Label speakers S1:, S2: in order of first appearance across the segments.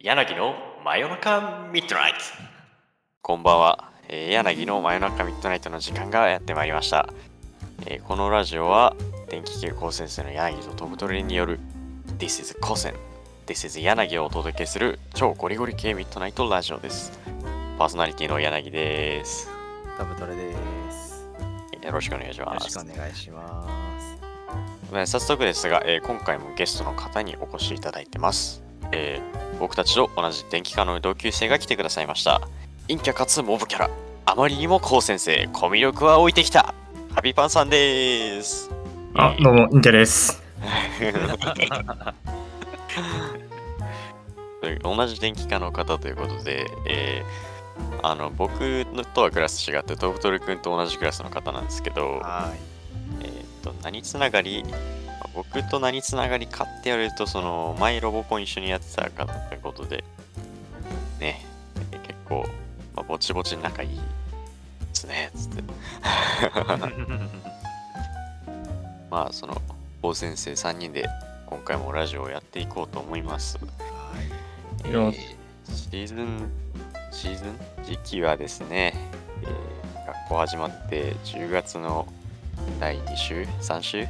S1: 柳の真夜中ミッドナイトこんばんは、えー柳の真夜中ミッドナイトの時間がやってまいりました、えーこのラジオは電気系高専生の柳とトブトレによる This is 高専 This is 柳をお届けする超ゴリゴリ系ミッドナイトラジオですパーソナリティの柳です
S2: タブトレです。
S1: よろしくお願いし
S2: よ
S1: ま
S2: ろし
S1: す
S2: くお願いします。
S1: えー早速ですが、えー今回もゲストの方にお越しいただいてます、えー僕たちと同じ電気科の同級生が来てくださいました陰キャかつモブキャラあまりにも高先生コミュ力は置いてきたハビパンさんです
S3: あ、
S1: えー
S3: どうも、インテです。
S1: 同じ電気科の方ということで、えーあの僕のとはクラス違ってトフトル君と同じクラスの方なんですけど
S2: はい。
S1: えーっと何つながりまあ僕と何つながりかって言われるとその前ロボコン一緒にやってた方ってことでねえー結構、まあ、ぼちぼち仲いいですねつってまあその王先生3人で今回もラジオをやっていこうと思います、え
S3: よ
S1: ーシーズンシーズン時期はですね、えー学校始まって10月の第2週3週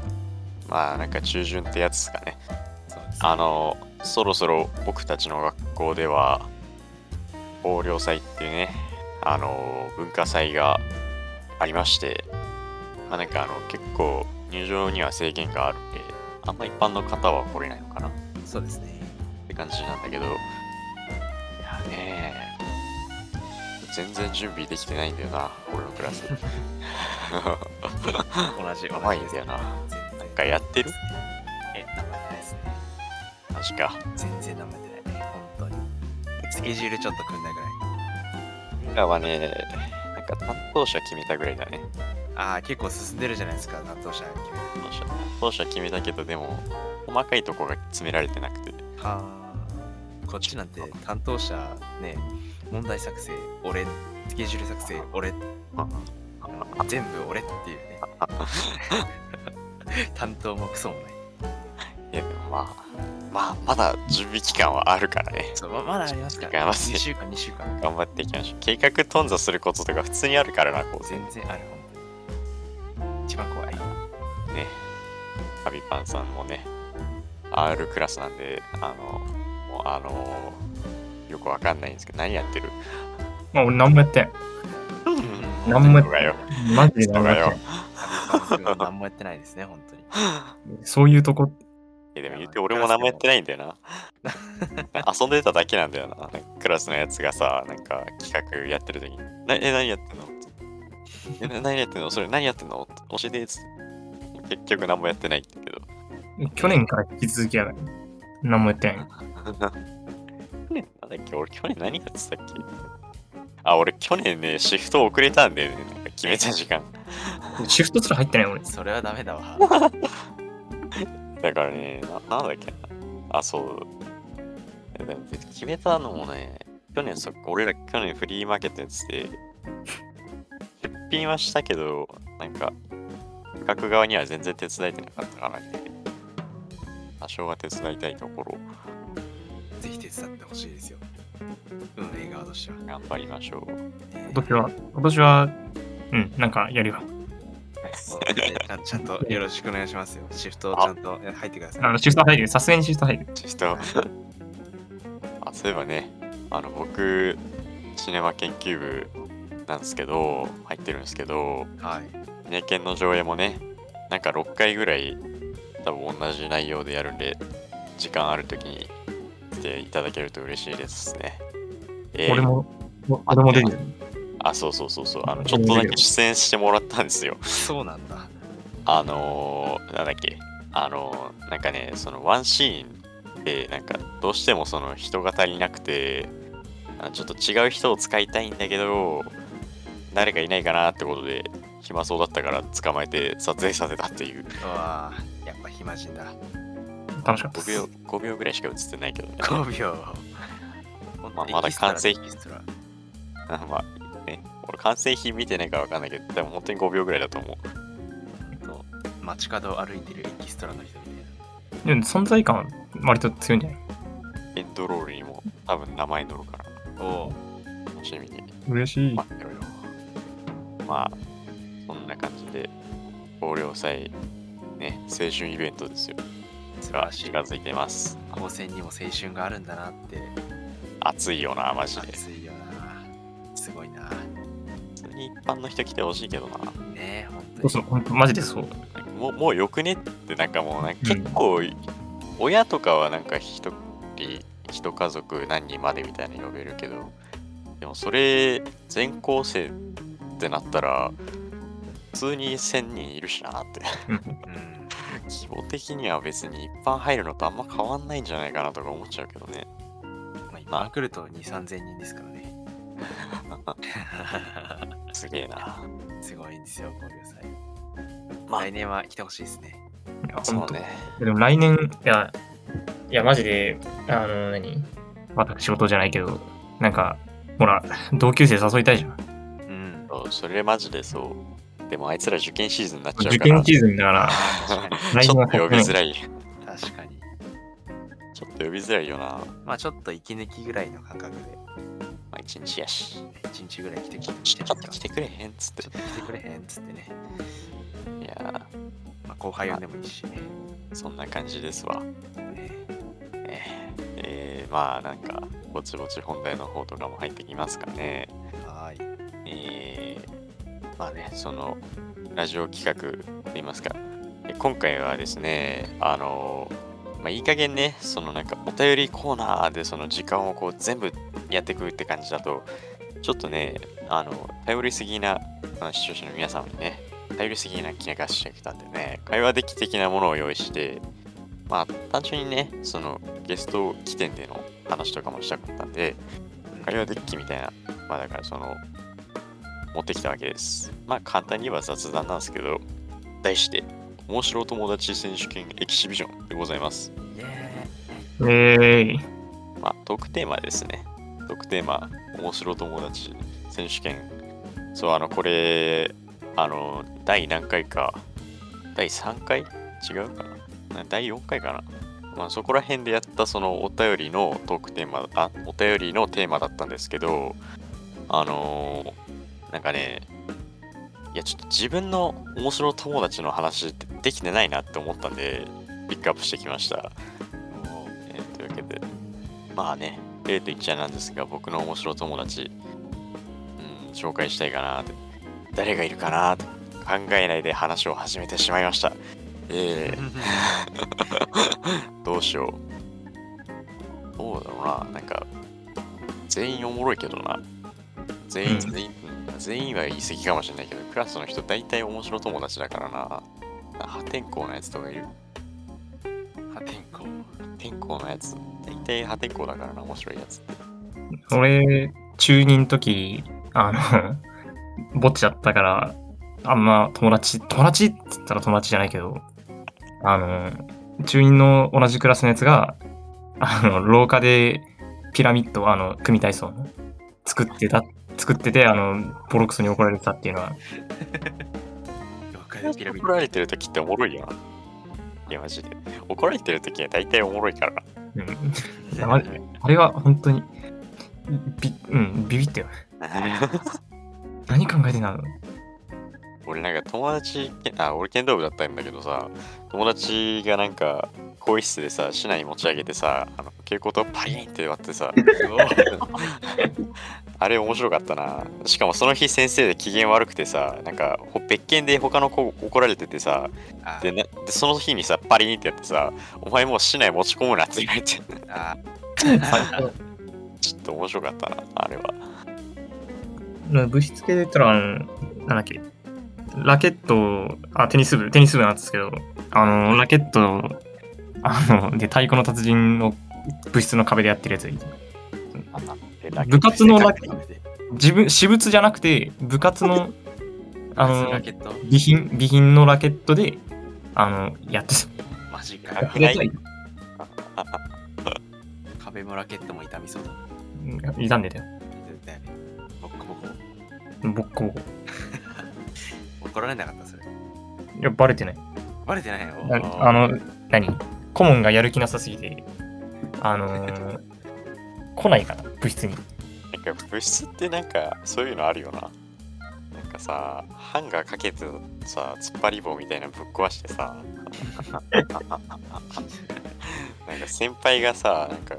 S1: まあなんか中旬ってやつですかね
S2: そうです
S1: あのそろそろ僕たちの学校では豊漁祭っていうねあの文化祭がありまして、まあ、なんかあの結構入場には制限があるんであんま一般の方は来れないのかな
S2: そうですね。
S1: って感じなんだけど、いやね全然準備できてないんだよな、俺のクラス。
S2: 同じ。
S1: やばいんだよな。
S2: 全然。
S1: なんかやってる
S2: え、名前ないですね。
S1: 確か。
S2: 全然名前出ない。本当に。スケジュールちょっと組んだぐらい。
S1: 俺らはね、なんか担当者決めたぐらいだね。
S2: ああ、結構進んでるじゃないですか、担当者決める。
S1: 担当者担当者決めたけど、でも、細かいとこが詰められてなくて。
S2: はあ。こっちなんて担当者ね、問題作成、俺、スケジュール作成、俺、全部俺っていう ね。担当もクソもない。
S1: いや、でもまあ、まあ、まだ準備期間はあるからね。
S2: そうままだありますか
S1: 違い
S2: ら、
S1: ま
S2: 2
S1: すね
S2: 週間、2週間。
S1: 頑張っていきましょう。計画頓挫することとか普通にあるからな、こう
S2: 全然ある、本当に。一番怖い。
S1: ね、ハビパンさんもね、R クラスなんで、あの、もうあのよくわかんないんですけど、何やってる
S3: まあ、俺、何もやってん。
S1: な
S3: 何もや
S1: がよ
S3: っ。てん。マジで
S1: 人
S3: 何も
S1: が
S3: やっ
S1: よ
S3: て。
S2: 何もやってないですね、本当に。
S3: ん。そういうとこ、
S1: えでも言って俺も何もやってないんだよな。 遊んでただけなんだよな。なんかクラスのやつがさ、なんか企画やってる時に、なえ、何やってんのえな何やってんのそれ何やってんの教えてっつって結局何もやってないんだけど。
S3: 去年から引き続きやだ。何もやってん。
S1: 去年なんだっけ俺去年何やってたっけあ、俺去年ね、シフト遅れたんだよね。なんか決めた時間。
S3: シフトすら入ってない、俺。
S2: それはダメだわ。
S1: だからね、ななんだっけな。あ、そう。でも別に決めたのもね、去年そっか、俺ら去年フリーマーケットやってて、出品はしたけど、なんか、企画側には全然手伝えてなかったからね。多少は手伝いたいところ、
S2: ぜひ手伝ってほしいですよ。運営側としては。
S1: 頑張りましょう。
S2: え
S3: 今年は、今年は、うん、なんかやるよ。
S2: ーちゃんちゃんとよろしくお願いしますよ。シフトちゃんと入ってください。
S3: あの、シフト入るよ。さすがにシフト入る。
S1: ちょっと、 あ、そういえばね、あの、僕、シネマ研究部なんですけど、入ってるんですけど、
S2: はい。
S1: 名犬の上映もね、なんか6回ぐらい多分同じ内容でやるんで、時間あるときに来ていただけると嬉しいですね。えー
S3: 俺も、俺も出るよ。
S1: あ、そうそうそうそう、あの、ちょっとだけ出演してもらったんですよ。
S2: そうなんだ。
S1: あのー、なんだっけ、あのー、なんかね、そのワンシーンで、なんかどうしてもその人が足りなくて、あちょっと違う人を使いたいんだけど、誰かいないかなってことで、暇そうだったから捕まえて撮影させたっていう。
S2: うわあ、やっぱ暇人 だ。
S3: 楽しかったっ
S1: 5
S3: す
S1: 秒。5秒ぐらいしか映ってないけどね。
S2: 5秒。
S1: まあまだ完成
S2: エキストラ
S1: あまあね、俺完成品見てないからわかんないけど、でも本当に5秒ぐらいだと思う。
S2: 街角を歩いてるエキストラの人みたいな。
S3: でも存在感は割と強いんじゃない
S1: エンドロールにも多分名前載るから、
S2: おう
S1: 楽しみに
S3: 嬉しい。
S1: 待ってろよ。まあ、そんな感じで、豊漁祭、ね、青春イベントですよ。
S2: 素晴
S1: が
S2: らし
S1: 近
S2: い。
S1: づいてます。
S2: 高専にも青春があるんだなって。
S1: 暑いよな、マジで。
S2: 熱いよな。すごいな。
S1: 普通に一般の人来てほしいけどな。
S2: ねえ、本当
S3: そう
S2: に。
S3: そう、ほんと、マジでそう。
S1: もうもうよくねって、なんかもうなんか結構、親とかはなんか一人、一家族何人までみたいな呼べるけど、でもそれ、全校生ってなったら、普通に1000人いるしなって。
S2: うん。
S1: 規模的には別に一般入るのとあんま変わんないんじゃないかなとか思っちゃうけどね。
S2: まあ、今来ると2、3000人ですからね。
S1: すげえな。
S2: すごいんですよ、工業祭。
S1: まあ
S2: 来年は来てほしいですね。
S3: いや、ほん
S1: そう
S3: と。
S1: ね。
S3: でも来年、いや、いや、マジで、あの、何私事じゃないけど、なんか、ほら、同級生誘いたいじゃん。
S2: うん。
S1: そうそれマジでそう。でもあいつら受験シーズンになっちゃう
S3: 受
S1: から。
S3: 験シーズンだから、
S2: 確かに。
S3: 来
S1: ち
S3: 年
S1: ょっ
S3: は
S1: と呼びづらい。ち
S2: 確かに。
S1: ょっと呼びづらいよな。
S2: まあちょっと息抜きぐらいの感覚で、
S1: まあ、一日やし。
S2: 1日ぐらい来てきて
S1: ちょっ
S2: ちょっ
S1: と
S2: と
S1: 来
S2: 来
S1: てくれへんっつって。
S2: てくれへんっつってね。
S1: いや
S2: まあ、後輩呼んでもいいしね。
S1: ー、そんな感じですわ。
S2: ね
S1: えーえーまあなんか、ぼちぼち本題の方とかも入ってきますかね。
S2: はーい。
S1: えーまあね、そのラジオ企画といいますか、え今回はですね、あのまあ、いい加減ね、そのなんかお便りコーナーでその時間をこう全部やっていくって感じだと、ちょっとね、あの、頼りすぎな、まあ、視聴者の皆さんにね、頼りすぎな気がしてきたんでね、会話的的なものを用意して、まあ、単純にね、そのゲスト起点での話とかもしたかったんで、会話デッキみたいな、まあだからその、持ってきたわけです。まあ簡単に言えば雑談なんですけど、題して、面白友達選手権エキシビジョンでございます。
S2: イエーイ
S3: えー、
S1: まあ、トークテーマですね。トークテーマ、面白友達選手権。そう、あの、これ、あの、第何回か、第3回違うかなな第4回かなまあ、そこら辺でやったそのお便りのトークテーマ、あ、お便りのテーマだったんですけど、あのーなんかね、いや、ちょっと自分の面白友達の話でできてないなって思ったんで、ピックアップしてきました。えーというわけで、まあね、例と言っちゃなんですが、僕の面白友達、うん、紹介したいかなって、誰がいるかなって考えないで話を始めてしまいました。え ー、どうしよう。どうだろうな、なんか、全員おもろいけどな。全員、
S3: うん
S1: 全員、全員は言い過ぎかもしれないけど、クラスの人大体面白友達だからな。破天荒なやつとかいる
S2: 破天荒。
S1: 天候のやつ大体破天荒だからな面白いやつって
S3: 俺、中2の時、あの、 ぼっちだったから、あんま友達、友達って言ったら友達じゃないけど、あの、中2の同じクラスのやつが、あの、廊下でピラミッドを、あの、組体操の作ってた、作ってて、あの、ボロクソに怒られてたっていうのは、
S2: 了解でピラミッ
S1: 怒られてる時っておもろいよないやマジで怒られてる時は大体おもろい からな
S3: うん、
S2: ド。
S3: マジあれは本当に、び、うん、ビビったよ。何考えてんだろう。
S1: 俺なんか友達あ俺剣道部だったんだけどさ友達がなんか更衣室でさ市内持ち上げてさあの蛍光灯パリンって割って さあれ面白かったなしかもその日先生で機嫌悪くてさなんかほ別件で他の子怒られててさ
S2: あ
S1: でなでその日にさパリンってやってさお前もう市内持ち込むなって言われて
S2: あ
S1: ちょっと面白かったなあれは
S3: まあ物質系で言ったら、あの、なんだっけ、ラケット、あ、テニス部、テニス部なんですけど、あの、ラケット、あの、で、太鼓の達人の物質の壁でやってるやつがいて
S1: でラケット
S3: 部活のラケ
S2: ラケット。
S3: 自分、私物じゃなくて、部活の、あの
S2: ラ、ケット
S3: 備品、備品のラケットで、あの、やって
S2: マジか
S3: た。
S2: よ
S1: は。い
S3: やってはい
S2: 壁もラケットも痛みそうだ。
S3: 傷んでたよ。
S2: 絶対ね。ボッコボコ。
S3: ボッコボコ。
S2: 怒られなかったそれ。
S3: いや、バレてない。
S2: バレてないよ。
S3: ああの、何顧問がやる気なさすぎて、あのー来ないから、部室に。
S1: なんか物質ってなんかそういうのあるよな。なんかさ、ハンガーかけてさ、突っ張り棒みたいなのぶっ壊してさ。なんか先輩がさ、なんか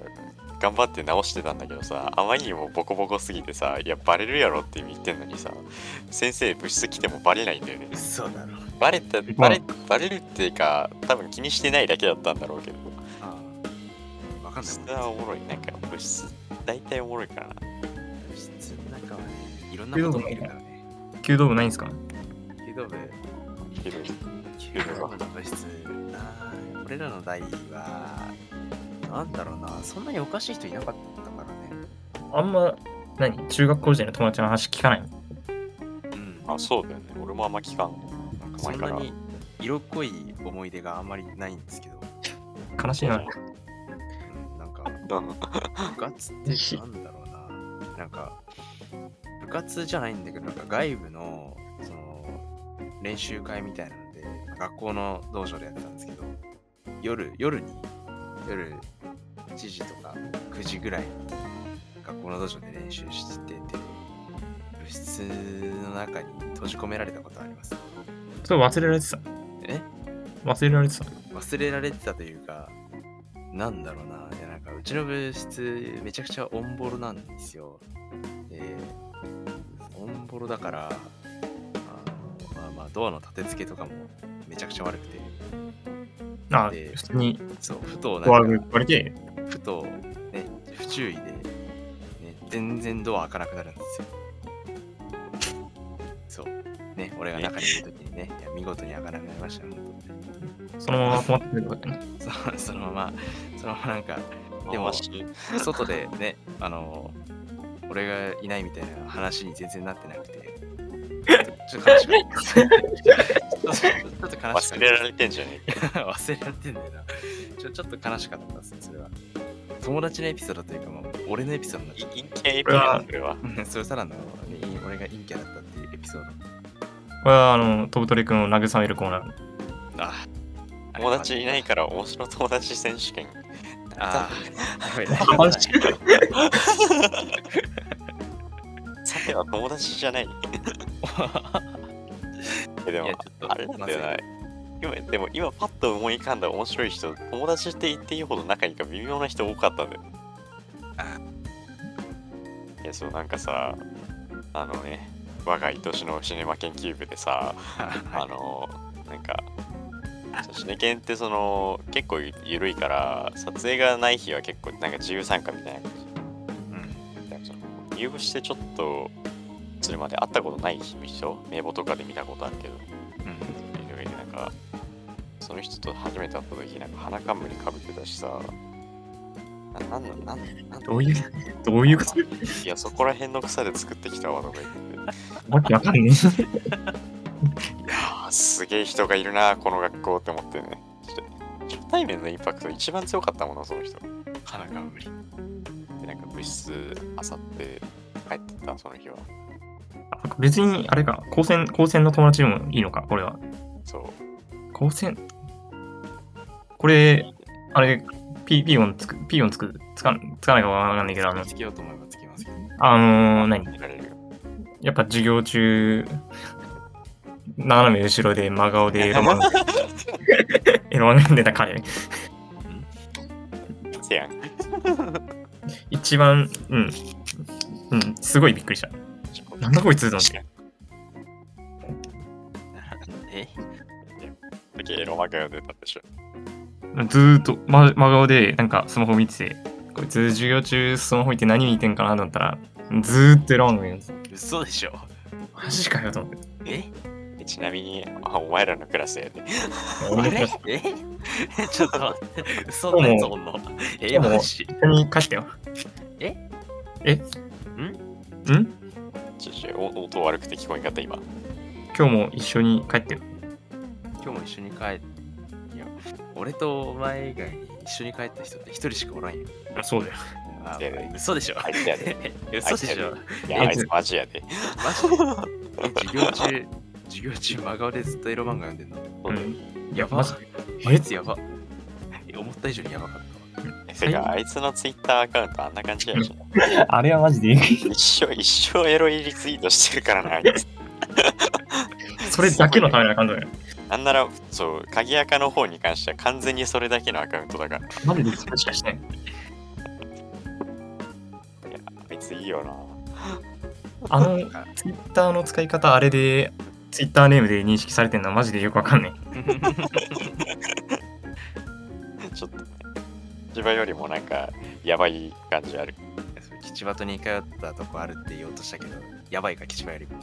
S1: 頑張って直してたんだけどさ、あまりにもボコボコすぎてさ、いや、バレるやろって言ってんのにさ、先生、物質来てもバレないんだよね。
S2: 嘘だろ。
S1: バレた、バレ、バレるっていうか、多分気にしてないだけだったんだろうけど。
S2: ああ。わか
S1: 物
S2: んない
S1: 質
S2: もんね。
S1: はおもろい。なんか物質、大体おもろいからな。
S2: 物質の中はね、いろんなことがいるからね。
S3: 弓道部ないんですか
S2: 弓道部、
S1: けど
S2: 弓道部の部室な。俺らの代は、なんだろうな、そんなにおかしい人いなかったからね。
S3: あんま、何中学校時代の友達の話聞かないの
S2: うん。
S1: あ、そうだよね。俺もあんま聞かんね。なんか
S2: そ
S1: 前
S2: ん
S1: か
S2: な
S1: ら。
S2: に色濃い思い出があんまりないんですけど、
S3: 悲しいな。
S2: うんなんか、
S1: うん
S2: 部活ってなんだろうな。なんか、部活じゃないんだけど、なんか外部の、その、練習会みたいなので、学校の道場でやってたんですけど、夜、夜に、夜7時とか9時ぐらいに、学校の道場で練習してて、部室の中に閉じ込められたことあります。
S3: それ忘れられてた。
S2: え
S3: 忘れられてた。
S2: 忘れられてたというか、なんだろうな、いやなんかうちの部室、めちゃくちゃオンボロなんですよ。で、オンボロだから、あのまあまあ、ドアの立て付けとかもめちゃくちゃ悪くて、
S3: あ、
S2: で
S3: 普通に
S2: そう、ふと、
S3: ドア
S2: な
S3: が
S2: んか
S3: 割れて、
S2: ふと、ね、不注意で、ね、全然ドア開かなくなるんですよ。そう、ね、俺が中にいるときにね、いや見事に開かなくなりました、ね。
S3: そのまま困ってくるとかだよね。
S2: そうそのまま、そのままなんか、で
S1: で
S2: も
S1: も、そ
S2: 外でね、あの、俺がいないみたいな話に全然なってなくて、ちょっと悲しか った。ちょっと悲しか
S1: 忘れられてんじゃねえか。
S2: った。忘れられてんだよな。ちょちょっと悲しかったです、それは。友達のエピソードというか、もう俺のエピソードになっちゃっ
S1: 陰形エピなんだよな、
S2: た それさらの、ね、俺が陰キャだったっていうエピソード。
S3: これは、あの、飛ぶ鳥くんを慰めるコーナー。
S2: あ
S1: 友達いないから面白友達選手権。
S2: ああ、やばい
S3: あ
S2: な
S3: マジ
S1: さては友達じゃ ない。えで
S2: い
S1: も
S2: やちょっ、と
S1: あれなんだよな。今でも今パッと思い浮かんだ面白い人、友達って言っていいほど仲いいか微妙な人多かったんだよ。いや、そうなんかさ、あのね、我が愛しのシネマ研究部でさ、あのなんかシネケンってその結構ゆ緩いから撮影がない日は結構なんか自由参加みたいな感
S2: うん
S1: じでその入部してちょっとするまで会ったことない人名簿とかで見たことあるけど
S2: うん
S1: なんかその人と初めて会った時なんか鼻冠かぶってたしさななんのなんなん
S3: どういう、どういうこと
S1: いやそこら辺の草で作ってきたわとか言ってて
S3: わけわかんねえ。
S1: あーすげえ人がいるなこの学校って思ってねちょっと初対面のインパクト一番強かったもんなその人
S2: 鼻が無理。
S1: でなんか部室あさって帰ってったその日は
S3: あ 別に、あれか、高専、高専の友達でもいいのか、これは。
S1: そう
S3: 高専。これ、あれ、ピピー音つく、ピー音つく、つかんつかないかわかんないけど、あの、
S2: つけようと思えばつけますけど。
S3: あのー、何
S1: 見られるよ
S3: やっぱ授業中、斜め後ろで真顔でエ ロ漫画エロ漫画でた彼。
S1: せやん
S3: 一番、うん。うん、すごいびっくりした。なんだこいつと思って。
S2: え
S1: 時エロマガが出たでしょ
S3: ずーっと、ま、真顔でなんかスマホ見てて、こいつ授業中スマホ見て何見てんかなと思ったら、ずーっとエロ漫画見るんです。
S2: 嘘でしょ
S3: マジかよと思って。
S2: え
S1: えちなみにあお前らのクラスやで、
S2: あ
S3: 俺
S2: れ
S3: も
S2: え ちょっと待って、嘘だよ、そんな。え、
S3: でも
S2: マジ
S3: 一緒に貸してよ。
S2: え
S3: えんん
S1: ちょちょお音悪くて聞こえんかった今
S3: 今日も一緒に帰ってよ。
S2: 今日も一緒に帰っいや、俺とお前以外に一緒に帰った人って一人しかおらんやん。
S3: そうだよ。
S2: あ
S1: いやいや
S2: 嘘でしょ
S1: あいつや で
S2: 嘘でしょ
S1: いやあいつマジやで
S2: マジで授業中、授業中真顔でずっとエロ漫画読んでんの。
S3: うん。い
S2: や
S3: や、
S2: ば
S3: マジ。
S2: あいつやば。思った以上にやばかったわ。
S1: てか、あいつのツイッターアカウントあんな感じやし。
S3: あれはマジでいい。
S1: 一生、一生エロいリツイートしてるからな、 あいつ。
S3: それだけのためのアカウントだよ。
S1: なんなら、そう、鍵アカの方に関しては完全にそれだけのアカウントだから。
S3: マジでそれしかしてない。
S1: いや、あいついいよな。
S3: あの、ツイッターの使い方、あれで、ツイッターネームで認識されてるのはマジでよくわかんない。
S1: ちょっと、千葉よりもなんか、やばい感じある。
S2: それ吉場と似通ったとこあるって言おうとしたけど、やばいか、吉場よりも。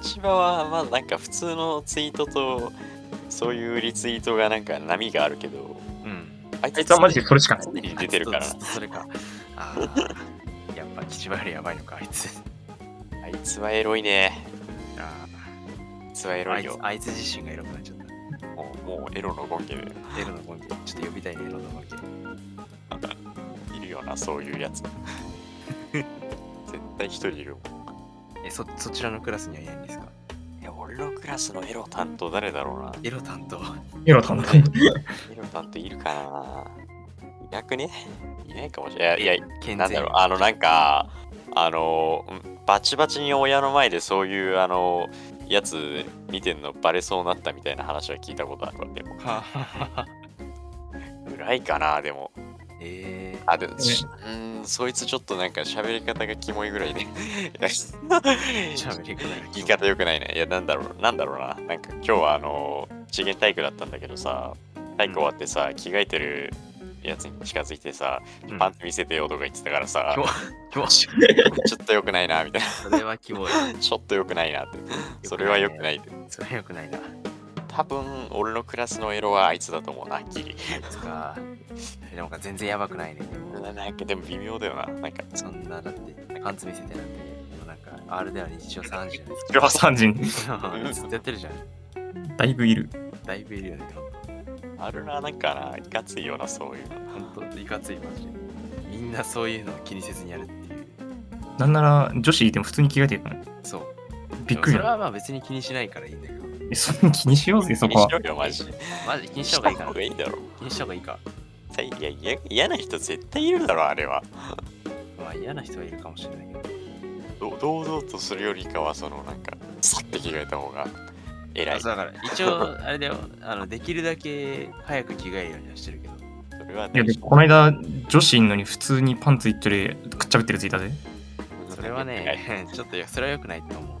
S1: 千葉は、まあなんか普通のツイートと、そういうリツイートがなんか波があるけど、
S2: うん。
S1: あい
S3: あいつはマジでそれしかない
S1: 常。に出てるから
S2: ずっ
S1: な。
S2: とずっとそれか。ああ。やっぱ吉場よりやばいのか、あいつ。
S1: あいつはエロいね。
S2: あ
S1: あいつはエ
S2: あ。あ
S1: ロ
S2: い
S1: い
S2: つ
S1: よ。
S2: あいつ自身がエロくなっちゃった。
S1: もうもうエロの権限だよ
S2: エロの本気。ちょっと呼びたいね、エロの本気。
S1: いるよな、そういうやつ。絶対一人いるもん。
S2: え、そ、そちらのクラスにはいないんですか
S1: え、俺のクラスのエロ担当誰だろうな。
S2: エロ担当。
S3: エロ担当。
S1: エロ担当いるかないなくねいないかもしれない。いや、いや、
S2: 健
S1: なんだろう、あの、なんか、あの、んバチバチに親の前でそういう、あの、やつ見てんのバレそうになったみたいな話は聞いたことあるわ。でも、
S2: は
S1: 暗いかな、でも。
S2: え
S1: あ、でも、しうーん、そいつちょっとなんか喋り方がキモいぐら いで。いや
S2: ー、しゃべり方が
S1: 言い方良くないね。いや、なんだろう、なんだろうな。なんか今日はあの、次元体育だったんだけどさ、体育終わってさ、着替えてるやつに近づいてさ、
S2: うん
S1: パンツ見せてよとか言ってたからさ、
S2: キモキモ
S1: ちょっと良くないな、みたい
S2: それはキモい。
S1: な。ちょっと良くないなって。それは良くない。
S2: それは良くないな。
S1: 多分、俺のクラスのエロはあいつだと思うな、はっきり。
S2: つか、でもなんか全然やばくないね。で も
S1: ななんかでも微妙だよな。なんか、
S2: そんなだって、パンツ見せてなんて、もうなんか、あれでは日常3時じゃない
S3: エロ三 人。
S2: ですか。 ずっとやってるじゃん。
S3: だいぶいる。
S2: だいぶいるよね。
S1: あるな、なんかな、いかついような、そういうの。
S2: ほんと、ほんといかついマジで。みんなそういうのを気にせずにやるっていう。
S3: なんなら、女子いても普通に着替えてるから。
S2: そう。
S3: びっくり
S2: でもそれ
S3: だ。
S2: はまあ別に気にしないからいいんだけど。
S3: えそんな気にしようぜ、そこは
S1: 気。にしろよ、マジで。
S2: マジで気
S1: 気
S2: にした方がいいか
S1: 方
S2: な。
S1: がいいだろ。
S2: 気にした方がいいか。
S1: いやいや、嫌な人絶対いるだろ、あれは。
S2: まあ嫌な人はいるかもしれないけど。
S1: ど堂々とするよりかはそのなんかさって着替えた方が偉
S2: あ
S1: い
S2: そ
S1: そう
S2: だから一応あれだよあのできるだけ早く着替えるようにはしてるけど
S1: れはね
S3: いや、でもこの間、女子いんのに普通にパンツいっちょりくっちゃべってるやついたぜ。
S2: それはねちょっとそれは良くないと思う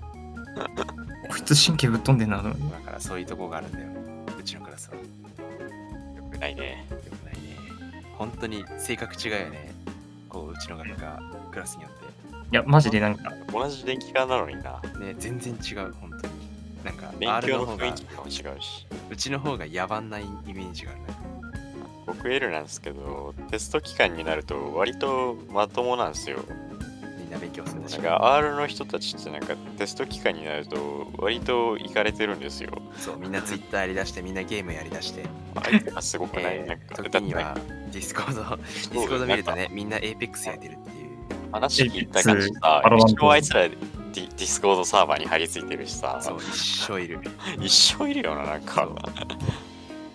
S3: こいつ神経ぶっ飛んでんなと思って。
S2: だからそういうとこがあるんだようちのクラスは良く
S1: 良くないね
S2: ないね本当に性格違うよねこううちの学科クラスによっ
S3: いや、マジでなんか、
S1: 同じ電気科なのにな
S2: てね全然違う本当になんか
S1: 勉
S2: R
S1: 強
S2: の
S1: の
S2: 方
S1: 雰囲
S2: が
S1: 気も違うし
S2: うちの方が野蛮なイメージがあるね
S1: 僕 L なんですけどテスト期間になると割とまともなんですよ
S2: みんな勉強する
S1: なんか R の人たちってなんかテスト期間になると割といかれてるんです よ
S2: そうみんなツイッターやりだしてみんなゲームやりだして、
S1: あいつがすごくない、
S2: え
S1: なんかだ
S2: ー、
S1: っ
S2: 時
S1: て
S2: に
S1: なん
S2: は
S1: か
S2: ディスコードディスコード見るとねみんな APEX やってるっていう
S1: 話聞いた感じ
S3: Apex
S1: さ
S3: Valorant
S1: 一生あいつらディディスコードサーバーに張り付いてるしさ
S2: そう、一生 いる。
S1: 一生いるよな、なんか
S2: そう。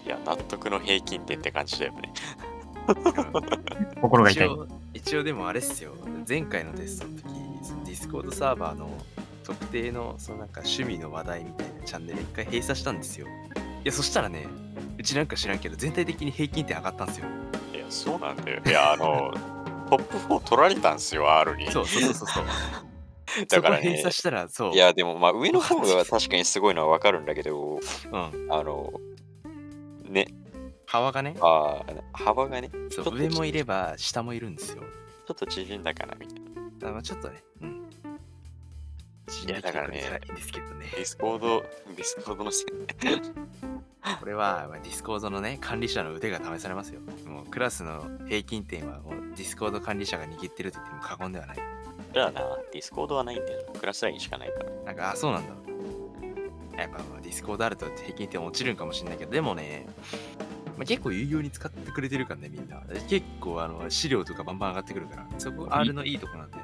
S1: いや、納得の平均点って感じだよね。
S3: 心が
S2: 一
S3: 痛い。
S2: 応、一応でもあれっすよ。前回のテストの時、そのディスコードサーバーの特定のそのなんか趣味の話題みたいなチャンネル一回閉鎖したんですよ。いや、そしたらね、うちなんか知らんけど、全体的に平均点上がったんですよ。
S1: いや、そうなんだよ。いや、あの、トップ4取られたんすよ、R に。
S2: そうそうそうそう そう。
S1: だ
S2: そ
S1: か
S2: こ
S1: ら
S2: 閉
S1: ね
S2: 鎖。したら、そう。
S1: いや、でも、まあ、上の方が確かにすごいのはわかるんだけど、
S2: うん。
S1: あの、ね、
S2: 幅がね、
S1: あー幅がね、ち
S2: そ
S1: ちょっ
S2: う
S1: と
S2: 上もいれば下もいるんですよ。
S1: ょっと縮んだかな、みたいな。
S2: あまあちょっとね、うん。
S1: いやだからね
S2: いんですけどね。
S1: ディスコード、ディスコードのせい
S2: これはまあディスコードのね管理者の腕が試されますよもうクラスの平均点はもうディスコード管理者が握ってると言っても過言ではない
S1: だよな、ディスコードはないんだよ。クラスラインしかないから。
S2: なんかあそうなんだやっぱまあディスコードあると平均点落ちるんかもしれないけどでもね、まあ、結構有用に使ってくれてるからねみんな結構あの資料とかバンバン上がってくるからそこ R のいいとこなんで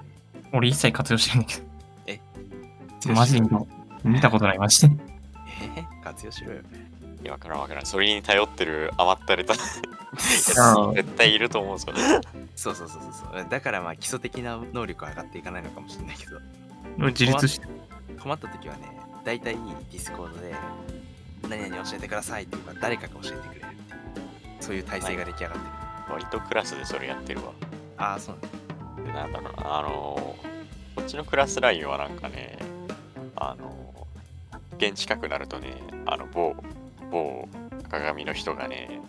S3: 俺一切活用してないんだけ
S2: え
S3: ど。マジで見た見たことない、マジで。
S2: えー活用しろよ
S1: いや、わからんわからん。それに頼ってる余ったれたやつ
S3: あー
S1: 絶対いると思うんですよ。
S2: そうそうそうそうそう。だからまあ基礎的な能力は上がっていかないのかもしれないけど、
S3: 自立して、
S2: 困った時はね、大体いいディスコードで、何々教えてくださいっていうか、誰かが教えてくれるっていう、そういう体制が出来上がってる。
S1: 割とクラスでそれやってるわ。
S2: ああ、そうな
S1: でな
S2: んだ。
S1: んだろうな、あのーこっちのクラスラインはなんかね、あのー、現近くなるとね、あの、某、某赤髪の人がね、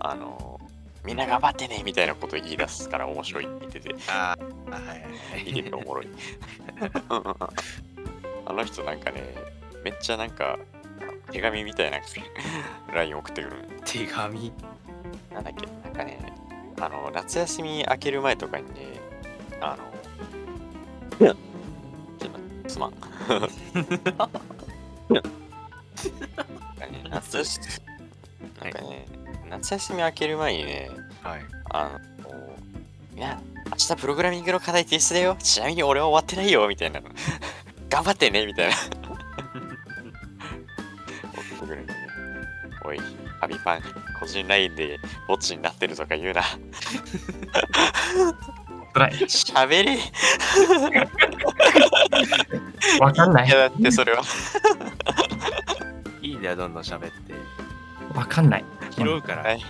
S1: あのーみんな頑張ってねみたいなこと言い出すから面白い見てて、
S2: あーあ、はいはい
S1: 見ててお
S2: はい。
S1: もろい。 あの人なんかね、めっちゃなんか、手紙みたいな LINE 送ってくる。
S2: 手紙
S1: なんだっけ、なんかね、あの、夏休み明ける前とかにね、あの、ちょっと待ってすまん。なんかね夏休みなんかね、夏休み明ける前にね、
S2: はい。
S1: あの、いや、明日プログラミングの課題提出だよ。ちなみに俺は終わってないよ、みたいな。 頑張ってね、みたいな。 送ってくるんだねおい、アビパン、個人ラインでぼっちになってるとか言うな。
S3: 辛い。
S1: 喋れ。い
S3: わかんない。
S1: や、だってそれは。
S2: いいんだよ、どんどん喋って。
S3: わかんない。
S2: 拾うから。
S1: はい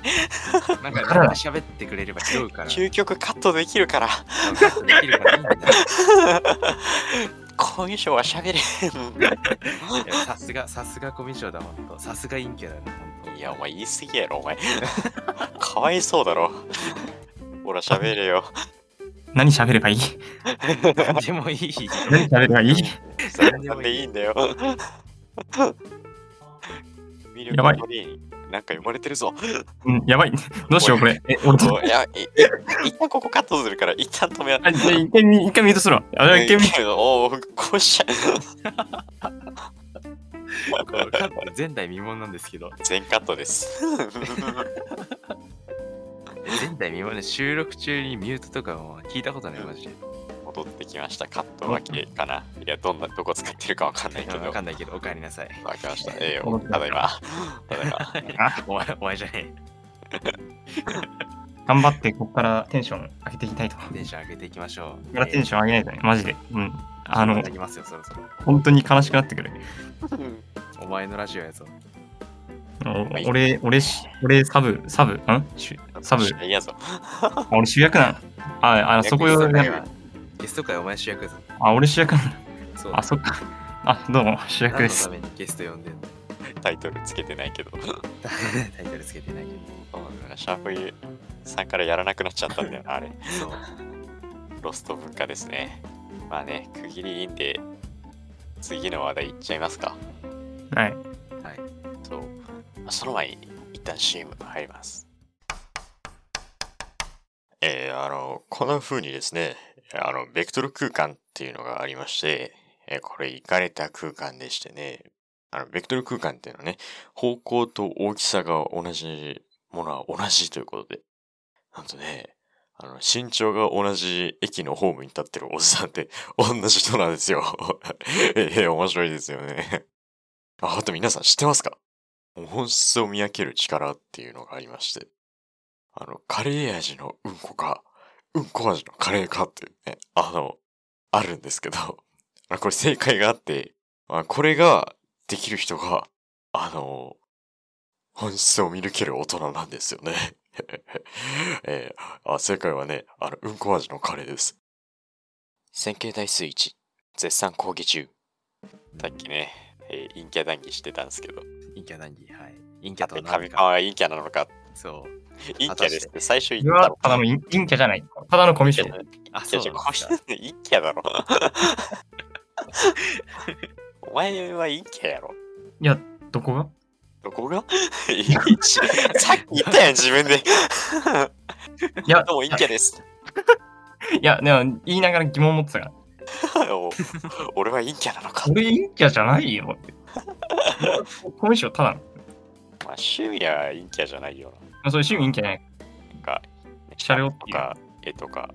S2: なん
S3: わから
S2: か
S3: ない
S2: 喋ってくれれば拾うから。
S1: 究極カットできるから。
S2: うんカットできるからいいんだよ。
S1: コミュ障は喋れ
S2: いやさすが、さすがコミュ障だ、ほんと。さすが陰キャだな、ほん
S1: ん。
S2: と。
S1: いや、お前言い過ぎやろ、お前。 かわいそうだろ。 ほら、喋れよ。
S3: 何喋ればいい
S2: 何でもいい。
S3: 何喋ればいい
S1: それなんでいいんだよ。魅力
S3: やばい
S1: の鳥になんか呼ばれてるぞ。
S3: うん、やばい。どうしよう、これ。え、俺と。
S1: いや、いい一旦ここカットするから、一旦止めよう。
S3: あ、じゃあ一回み、一回ミュートするわ。あ、一回ミュー
S1: おお、こうしちゃ
S2: こうカット前代未聞なんですけど、
S1: 全カットです。
S2: 前代未聞で収録中にミュートとかも聞いたことない、マジで。
S1: 戻ってきました。カット分けかな。いや、どんな、どこ使ってるかわかんないけど。
S2: わ
S1: 分
S2: か
S1: か
S2: んないけど、おかえりなさい。
S1: りました。ええよ。ただいま。ただいま。
S2: お前、お前じゃね
S3: ト。頑張って、ここからテンション上げていきたいと。こ
S2: え。テンション上げていきましょう。
S3: こからテンション上げないとね、マジで。うん。あ
S2: い
S3: の
S2: ただ、きますよ、そろそろ。
S3: 本当に悲しくなってくる。
S2: お前のラジオやぞ。
S1: い
S3: お俺、俺し、俺、サブ、サブ、ん主サブ、
S1: いやぞ。
S3: あ俺主役なん。あ、あ、そこよ、
S2: ゲスト会はゲスト会お前主役やぞ。
S3: あ、俺主役なんだ。
S2: そう。
S3: あ、そっか。あ、どうも、主役
S2: 何
S3: で
S2: のた
S3: す。
S2: めにゲスト呼んでんの
S1: タイトルつけてないけど。
S2: タイトルつけてないけど。
S1: シャープイさんからやらなくなっちゃったんだよな、あれ。
S2: そう。
S1: ロスト文化ですね。まあね、区切りいいんで、次の話題いっちゃいますか。
S3: はい。
S2: はい。
S1: そう。その前に、一旦 CM 入ります。えーあの、こんな風にですね、あの、ベクトル空間っていうのがありまして、えーこれ、行かれた空間でしてね、あの、ベクトル空間っていうのはね、方向と大きさが同じものは同じということで、なんとね、あの、身長が同じ駅のホームに立ってるおじさんって同じ人なんですよ。 ええ面白いですよね。あ、あと皆さん知ってますか本質を見分ける力っていうのがありまして、あの、カレー味のうんこか、うんこ味のカレーかっていうね、あの、あるんですけど、あのこれ正解があって、あこれができる人が、あの、本質を見抜ける大人なんですよね。えーあ正解はね、あの、うんこ味のカレーです。線形代数1、絶賛講義中。さっきね、えー陰キャ談義してたんですけど、
S2: 陰キャ談義。はい。陰キ
S1: だ
S2: ャ
S1: っ
S2: と
S1: て
S2: 何
S1: 神
S2: か。
S1: 川は陰キャなのか
S2: そう。
S1: 陰キャですって最初言っ
S3: それ
S1: た
S3: は
S1: ろ
S3: ただの陰陰キャじゃない。ただのコミュ
S1: 陰キャだ。
S3: 障
S1: よ
S2: あ、
S1: い
S2: そ
S1: や
S2: う
S1: じ
S2: な
S1: ゃ
S2: ん
S1: あ
S2: だ
S1: こういうの陰キャだろお前は陰キャやろ
S3: いや、どこが
S1: どこがいや一さっき言ったやん自分でい
S3: いや
S1: どうも陰キャです
S3: いや、でも言いながら疑問持ってたから。
S1: お俺は陰キャなのか、
S3: 俺陰キャじゃないよって。コミュ障ただの。
S1: まあ、趣味は陰キャじゃないよ
S3: まあそういう趣味陰キャじゃない。
S1: ななんか
S3: シャレオッ
S1: と
S3: ピー
S1: か絵とか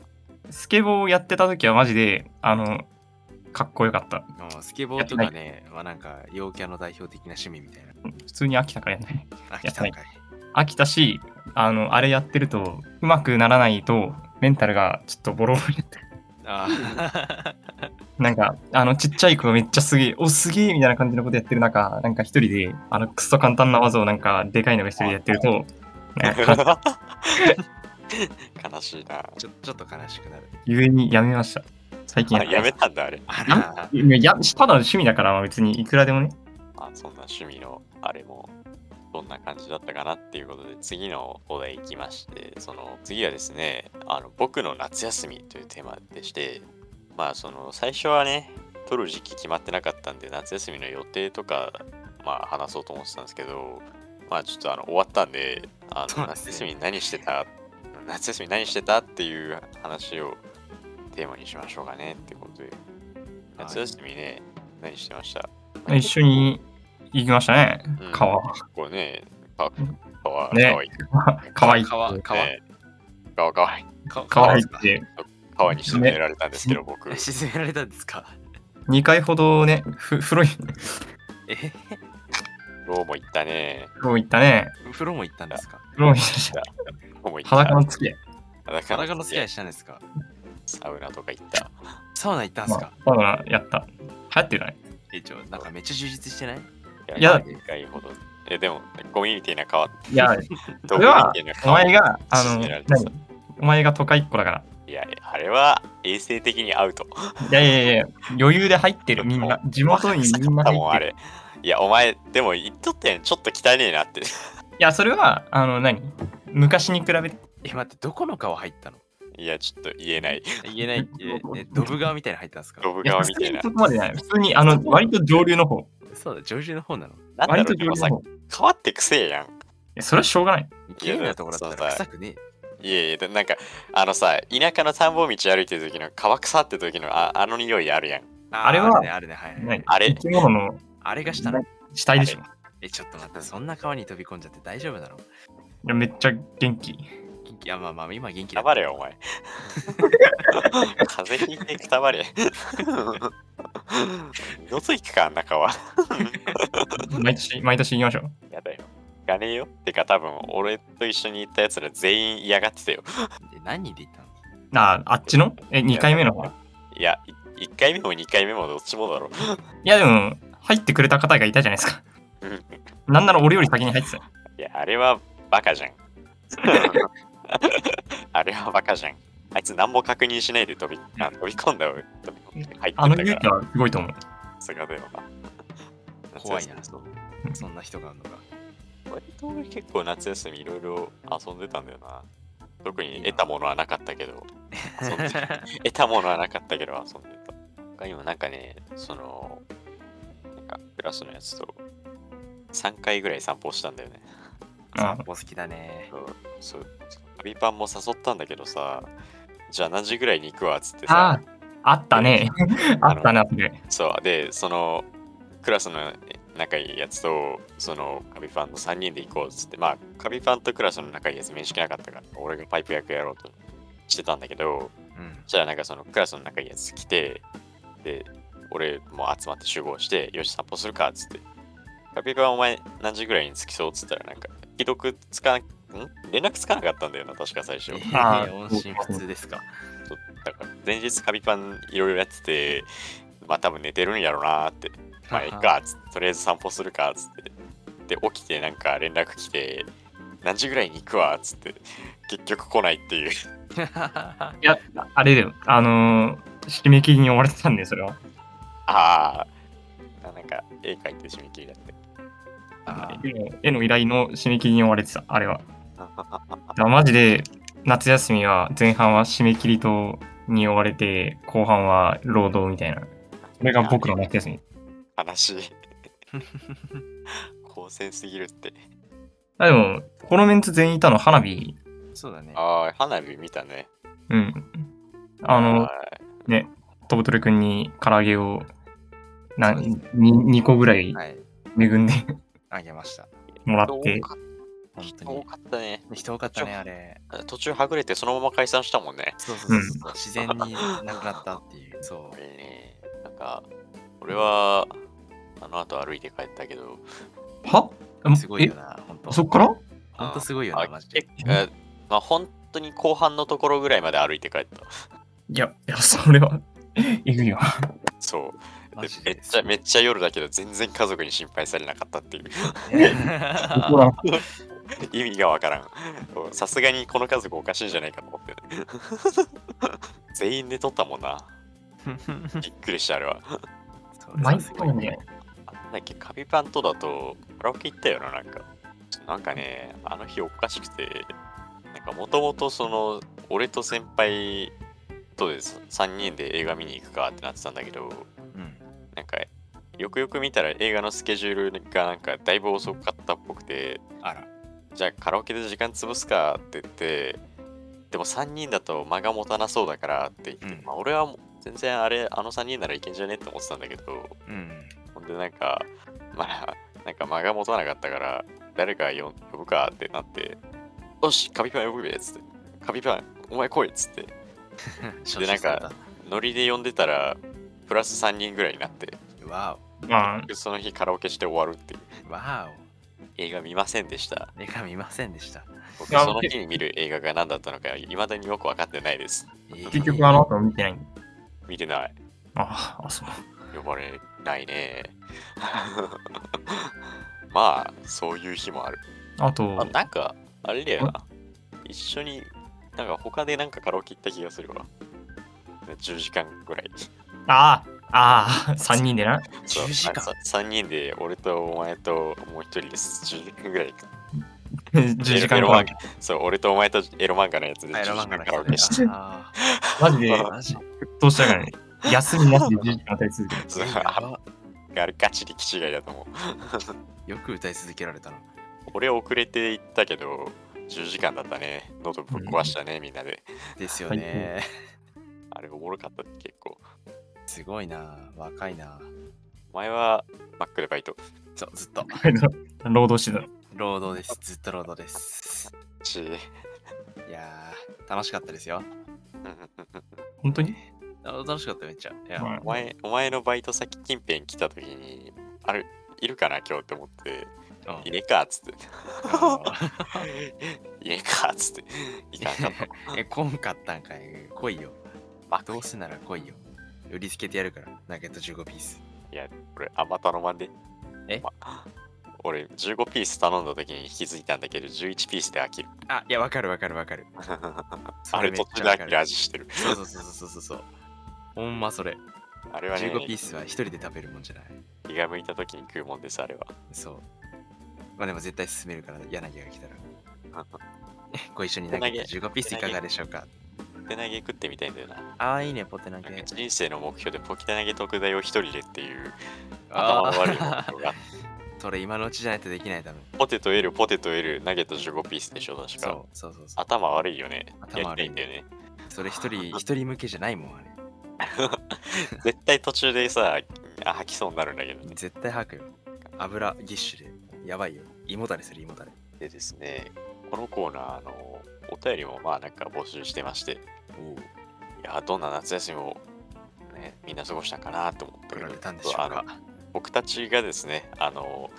S3: スケボーをやってた時はマジで、あの、かっこよかった。
S2: うんスケボーとかね、まあなんか陽キャの代表的な趣味みたいな。
S3: 普通に飽きたからやんない。
S2: あ、来たのかい。
S3: 飽きたし、あの、あれやってると、うまくならないと、メンタルがちょっとボロボロになって。
S2: あ
S3: なんか、あの、ちっちゃい子がめっちゃすげえ、お、すげえみたいな感じのことやってる中、なんか一人で、あの、クソ簡単な技をなんか、でかいのが一人でやってると、な んかか
S1: 悲しいな
S2: ー。ちょちょっと悲しくなる。
S3: 故にやめました。最近
S1: あやめたんだあれ。
S2: あら
S3: やいやいや、ただの趣味だから、別にいくらでもね。
S1: まあ、そんな趣味のあれもどんな感じだったかなっていうことで次のお題行きましてその次はですねあの僕の夏休みというテーマでしてまあその最初はね取る時期決まってなかったんで夏休みの予定とかまあ話そうと思ってたんですけどまあちょっとあの終わったんであ
S2: そう
S1: の
S2: です
S1: 夏
S2: ね
S1: 休み何してた夏休み何してたっていう話をテーマにしましょうかねってことで夏休みね何してました
S3: 一緒に行きましたね。
S1: うん
S3: 川。
S1: こうね、かかわ
S3: ね
S1: かわいい。
S3: 川行
S2: 川、
S3: って。
S2: 川、
S1: ねかわかわいい。
S2: 川、
S3: 川
S2: です
S3: 行
S2: か
S3: っ。て。
S1: 川に沈められたんですけど、僕。
S2: 沈められたんですか
S3: 2回ほどね、ふ風呂に、
S2: え
S1: ローも行ったね。
S3: 風呂行ったね。
S2: 風呂も行ったんですか
S3: 風呂に行きました。
S1: ローも行った
S3: 裸の付き合い。
S1: 裸
S2: 裸の付き合い
S1: 付
S2: したんですか
S1: サウナとか行った。
S2: サウナ行ったんです
S3: まあ
S2: か、
S3: サウナやった。流行ってるね。
S2: え、ちょ、なんかめっちゃ充実してない
S3: いや
S1: 一回ほど。え、でも、コミュニティな川、
S3: いや、
S1: コ
S3: そ
S1: ミ
S3: れは
S1: ュニティな
S3: お
S1: 川
S3: 前
S1: に
S3: が、あ
S1: 沈
S3: の、
S1: められ
S3: 何
S1: てさ
S3: お前が都会っ子だか
S1: いや、あれは衛生的にアウト。
S3: ら。いやいやいや、余裕で入ってる、みんな。地元にみんな
S1: だ
S3: 入
S1: もん、
S3: っ
S1: あ
S3: てる。
S1: れ。いや、お前、でも言っとったやん。ちょっと汚ねえなって。
S3: いや、それは、あの、何昔に比べて、
S2: え、待って、どこの川入ったの
S1: いや、ちょっと言えない。
S2: 言えない。え、 えドブ川みたいに入ったんですか
S1: ロブ
S3: いや
S1: 川
S3: 普
S1: み
S3: 通
S1: たい
S3: に
S1: な
S3: そ。こまでじゃない。普通に、あの、割と上流の方。
S2: そうだ、上流の方なの。
S1: なんだろ
S3: 割
S1: う
S3: と
S1: で
S3: 上流
S1: も
S3: の
S1: さ
S3: 方。い
S1: 川ってくせえやん。
S3: やそれはしょうがない。
S2: 綺麗なところだったら
S1: そう
S2: 臭くね
S1: いやいや、でなんか、あのさ、田舎の田んぼ道歩いてる時の川腐って時のああの匂いあるやん。
S2: あ
S3: あれは
S2: ね、あるね、はいは
S3: 何
S2: い。
S1: あれ
S3: 生き物の
S2: あれがしたの
S3: 死体でしょ。い
S2: え、ちょっと待って、そんな川に飛び込んじゃって大丈夫なの
S3: やめっちゃ元気。
S2: 元気いや、まあまあ、今元気だ。
S1: くたばれよ、お前。風邪ひいてくたばれ。どつ行くか、あんな川。
S3: 毎年、毎年行きましょ
S1: やだよ。行かねえよ。てか、多分俺と一緒に行ったやつら全員嫌がってたよ。
S2: で何人で行ったの
S3: う。あ、あっちのえ、2回目の方。い
S1: いや、い1回目も2回目もどっちもだろ。
S3: や、でも、入ってくれた方がいたじゃないですか。
S1: うん
S3: なんなら俺より先に入ってたよ。
S1: いや、あれはバカじゃん。あれはバカじゃん。あいつ何も確認しないで飛びあ飛び込んだよ。飛び込んで入って
S3: あの
S1: たか
S3: 勇気
S1: ら。
S3: はすごいと思う。
S1: さすがだよな。
S2: 怖いな
S1: そう
S2: そんな人があるのか。
S1: 割と俺結構夏休みいろいろ遊んでたんだよな。特に得たものはなかったけど、遊んで 得たものはなかったけど遊んでた。他にもなんかね、その、なんかクラスのやつと3回ぐらい散歩したんだよね。
S3: あ
S2: お好きだね。
S1: そう、旅パンも誘ったんだけどさ、じゃあ何時ぐらいに行くわっつって
S3: あ
S1: さ、、
S3: あったね。あ
S1: あの
S3: ったな、それ。
S1: そう、で、その、クラスのえ仲いいやつと、その、カビパンの3人で行こうっつって、まあ、カビパンとクラスの仲いいやつ面識なかったから、俺がパイプ役やろうとしてたんだけど、
S2: うん
S1: そ。したらなんかそのクラスの仲いいやつ来て、で、俺もう集まって集合して、よし、散歩するかっつって、カビパンお前何時ぐらいに着きそうっつったら、なんか、既読つかな、ん連絡つかなかったんだよな、確か最初。
S2: え
S3: あ
S2: ー、
S3: ー
S2: 音信不通ですか。
S1: そうだから前日カビパンいろいろやってて、まあ多分寝てるんやろうなーって、まあいっかつってとりあえず散歩するかっつって。で、起きてなんか連絡来て、何時ぐらいに行くわっつって、結局来ないっていう。
S3: いや、あれだよ。あのー、締め切りに追われてたんで、それは。
S1: ああ、なんか絵描いて締め切りだって。
S2: あ
S3: 絵の絵の依頼の締め切りに追われてた、あれは。だからマジで、夏休みは、前半は締め切りとに追われて、後半は労働みたいな。それが僕の夏休み。
S1: 悲しい。高専すぎるって。
S3: あでも、このメンツ全員いたの、花火。
S2: そうだね。
S1: ああ、花火見たね。
S3: うん。あの、
S1: はい
S3: ね、とぶとるくんに唐揚げを、な、2個ぐらい
S2: はい。
S3: 恵んで
S2: あげました。
S3: もらっ
S1: 人多
S3: て。
S1: かっ
S2: 本
S1: 人
S2: 当
S1: 多
S2: に。
S1: かったね。
S2: 人多かったね、あれ。
S1: 途中はぐれてそのまま解散したもんね。
S2: そうそうそうそう。自然になくなったっていう。そう。
S1: ね、か、俺は、あの後歩いて帰ったけど、
S3: はあ
S2: すごいよな、本当。
S3: そっから
S2: 本当すごいよ
S1: あ
S2: な、マジで。
S1: 結構まあ、本当に後半のところぐらいまで歩いて帰った。
S3: いや、いや、それは、えぐいわ。
S1: そう。
S2: マ
S1: で
S2: ジ
S1: め
S2: で
S1: っちゃめっちゃ夜だけど、全然家族に心配されなかったっていう。
S3: ほら
S1: 意味がわからん。そうさすがにこの家族おかしいんじゃないかと思って。 全員で撮ったもんな。びっくりしたあれは。
S3: 毎回ね。
S1: なんだっけ、カビパンとだとカラオケ行ったよな、なんか。なんかね、あの日おかしくて、なんかもともとその、俺と先輩とです3人で映画見に行くかってなってたんだけど、
S2: うん
S1: なんか、よくよく見たら映画のスケジュールがなんかだいぶ遅かったっぽくて、
S2: あら。
S1: じゃあカラオケで時間潰すかって言って、でも3人だと間が持たなそうだからって言って、
S2: うん
S1: まあ俺はもう全然あれ、あの3人ならいけんじゃねって思ってたんだけど、
S2: うん。
S1: ほんでなんか、まあ、なんか間が持たなかったから、誰か呼ん呼ぶかってなって、よし、カビパン呼ぶべっつって、カビパン、お前来いっつって、でなんか、ノリで呼んでたら、プラス3人ぐらいになって、
S2: わ
S3: まあ、
S1: その日カラオケして終わるっていう。
S2: お、わ
S1: 映画見ませんでした。
S2: お、映画見ませんでした。
S1: 僕、
S3: いや
S1: その日に見る映画が何だったのか、いまだによく分かってないです。
S3: 結局あ
S2: の、
S3: の後見てない。
S1: 見てない。
S3: ああ、そう。
S1: 呼ばれないね。 まあ、そういう日もある。
S3: あと
S1: あ、なんか、あれだよな。一緒に、なんか他でなんかカラオケ行った気がするわ。10時間ぐらい。
S3: ああ、ああ、3人 でな。
S1: そう
S2: 10時間
S1: あさ ?3 人で、俺とお前ともう一人です。10時間ぐらい。
S3: 10時間
S1: エロ
S3: 後
S1: 漫画そう、俺とお前とエロ漫画のやつで10
S2: あエ
S1: 時
S2: ロ漫画
S1: 間
S2: の
S1: カラオケして。
S2: 人ねあ
S3: マジで
S2: ーマジ
S3: 沸騰したからね。休みなしで10時間当り続ける。
S1: そう
S2: やば
S1: あれガチで気違いだと思う。
S2: よく歌い続けられたな。
S1: 俺遅れて行ったけど、10時間だったね。喉ぶっ壊したね、みんなで。
S2: ですよね。
S1: あれおもろかった、結構。
S2: すごいな。若いな。
S1: お前はマックでバイト。
S2: そう、ずっと。
S3: 労働してたの。
S2: 労働です。ずっと労働です。
S1: ちー
S2: いやー、楽しかったですよ。
S3: 本当に
S2: あ楽しかった、めっちゃ。いや、
S3: まあ
S1: お前お前のバイト先近辺来た時に、あれ、いるかな今日って思って、
S2: うん
S1: いねえかっつって、
S2: あ
S1: いねえかっつって、いかんか った。
S2: の え、こんかったんかい。来いよ。
S1: マック
S2: どう、せなら来いよ。売りつけてやるから、ナゲット15ピース。
S1: 俺、あんま頼まんで。
S2: え
S1: ま俺、15ピース頼んだ時に気づいたんだけど、11ピースで飽 きる。
S2: あ、いや、わかるわかるわかる。
S1: あれ、
S2: そ
S1: 途
S2: めっ
S1: 中
S2: ちゃ
S1: で
S2: わ
S1: 飽
S2: か
S1: きる味してる。
S2: そうそうそうそうそうそう。ほんまそれ。
S1: あれはね、
S2: 15ピースは一人で食べるもんじゃない。
S1: 気が向いた時に食うもんです、あれは。
S2: そう。まあでも絶対進めるから、柳が来たら。 ご一緒に投
S1: ポテ
S2: げ
S1: 投げ
S2: て15ピースいかがでしょうか
S1: 手投げ食ってみたいんだよな。
S2: ああ、いいね、ポテ投
S1: なん
S2: げ
S1: か。人生の目標でポキ手投げ特大を一人でっていう頭
S2: あ
S1: の悪い目標が
S2: あ、 それ今のうちじゃないとできない、多分。
S1: ポテト L、ポテト L、ナゲット15ピースでしょ、確
S2: そ
S1: か
S2: う。そうそうそう。
S1: 頭悪いよね。
S2: 頭悪い
S1: やりたいんだよね。
S2: それ一人、一人向けじゃないもん、あれ。
S1: 絶対途中でさ、あ吐きそうになるんだけどね。
S2: 絶対吐くよ。油ぎっしゅで。やばいよ。胃もたれする、胃もたれ。
S1: でですね、このコーナー、あの、お便りもまあなんか募集してまして、い
S2: おお。
S1: や、どんな夏休みを、ね、みんな過ごしたんかなと思った
S2: 取
S1: け
S2: ら
S1: ど
S2: れ、たんでしょう
S1: あの
S2: か。
S1: 僕たちがですね、あの、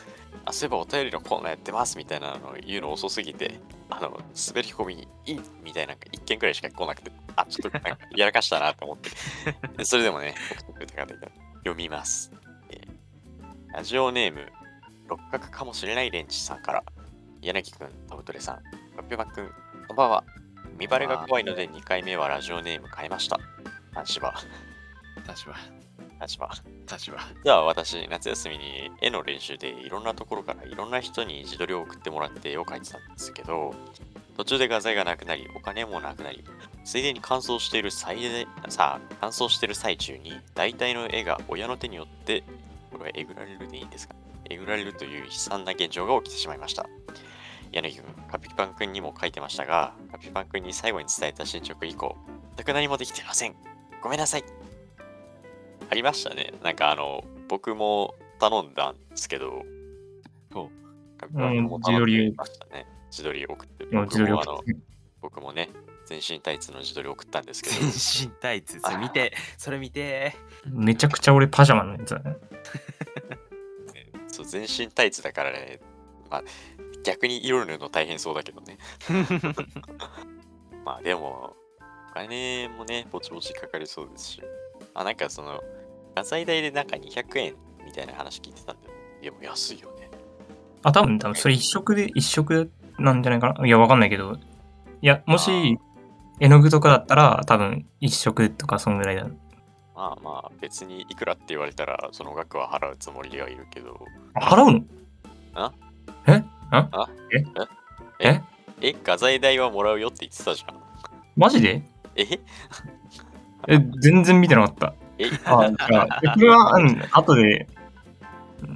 S1: あそういえばお便りのコーナーやってますみたいなのを言うの遅すぎて、あの、滑り込みにいいみたいな、1件くらいしか来なくて、あ、ちょっとなんかやらかしたなと 思って、でそれでもね、送ってくれた方いたら読みます、えーラジオネーム、六角かもしれないレンチさんから、柳くん、タブトレさん、パッペバくん、こんばんは。見バレが怖いので2回目はラジオネーム変えました。立場、
S2: 立場、
S1: 立場。
S2: 立場。
S1: 実は私、夏休みに絵の練習でいろんなところからいろんな人に自撮りを送ってもらって絵を描いてたんですけど、途中で画材がなくなり、お金もなくなり、ついでに乾燥している最でさあ乾燥している最中に、大体の絵が親の手によって、これはえぐられるでいいんですかえぐられるという悲惨な現状が起きてしまいました。柳君、カピパン君にも書いてましたが、カピパン君に最後に伝えた進捗以降、全く何もできていません。ごめんなさい。ありましたね。なんかあの、僕も頼んだんですけど、
S2: ほ
S1: カピパン君も頼んでましたね。自撮り送って、
S3: もう自撮り
S1: 僕もあ
S3: を
S1: の僕もね、全身タイツの自撮り送ったんですけど
S2: 全 身タイツ、それ見て、それ見て。
S3: めちゃくちゃ俺パジャマのやつだね。
S1: そう全身タイツだからね、まあ、逆に色塗るの大変そうだけど ねまあでもお金もねぼちぼちかかりそうですしあなんかその画材代でなんか200円みたいな話聞いてたんでいやもう安いよね
S3: あ、多分、多分それ一色で、一色なんじゃないかな。いや、わかんないけど。いや、も
S1: あー
S3: し、絵の具とかだったら、多分一色とか、そんぐらいだ。
S1: まあまあ別にいくらって言われたらその額は払うつもりではいるけど
S3: あ払うの
S1: あ
S3: えあ
S1: あ
S3: え
S1: え
S3: え
S1: え画材代はもらうよって言ってたじゃん
S3: マジで
S1: え
S3: え、全然見てなかった。
S1: え
S3: あ、じゃあ、これは、うん、後で、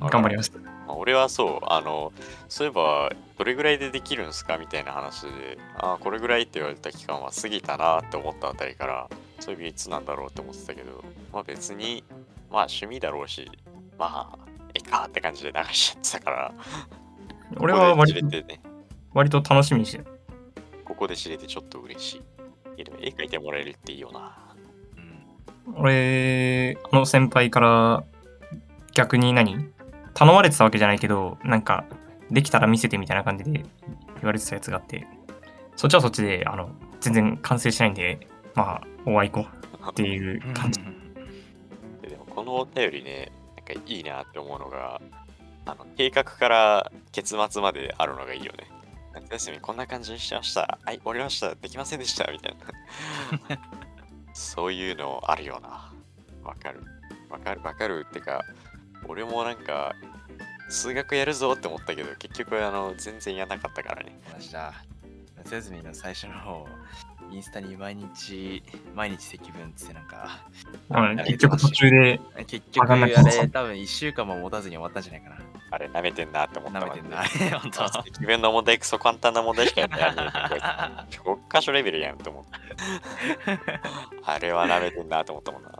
S3: 頑張ります。
S1: まあ俺はそう、あの、そういえば、どれぐらいでできるんすかみたいな話で、ああ、これぐらいって言われた期間は過ぎたなって思ったあたりから、そういえばいつなんだろうって思ってたけど、まあ別に、まあ趣味だろうし、まあ、ええかって感じで流しちゃってたから、
S3: 俺は
S1: ここで
S3: 割
S1: 知
S3: と
S1: れてね、
S3: 割と楽しみにしてる。
S1: ここで知れてちょっと嬉しい。いやでも絵描いてもらえるっていいよな。
S2: うん
S3: 俺の先輩から逆に何頼まれてたわけじゃないけどなんかできたら見せてみたいな感じで言われてたやつがあってそっちはそっちであの全然完成しないんでまあお会いこうっていう感じ
S1: ででもこのお便りね、なんかいいなって思うのが、あの計画から結末まであるのがいいよね。夏休みこんな感じにしてました。はい、終わりました。できませんでした。みたい な。そういうのあるよな。わかる。わかる。わかるってか、俺もなんか、数学やるぞって思ったけど、結局あの全然やんなかったからね。
S2: マジだ。夏休みの最初の方、インスタに毎日、毎日積分っつってなんか、
S3: あの結局途中で
S2: 結局、あ
S3: 上がんなくなっちゃ
S2: れ
S3: う
S2: 多分1週間も持たずに終わったんじゃないか
S1: あれ、舐めてんなって思った
S2: な。
S1: わ
S2: 舐めてんな。本当
S1: そう自分の問題クソ簡単な問題しかやってないのに。5箇所レベルやんと思って。あれは舐めてんなと思ったもんな。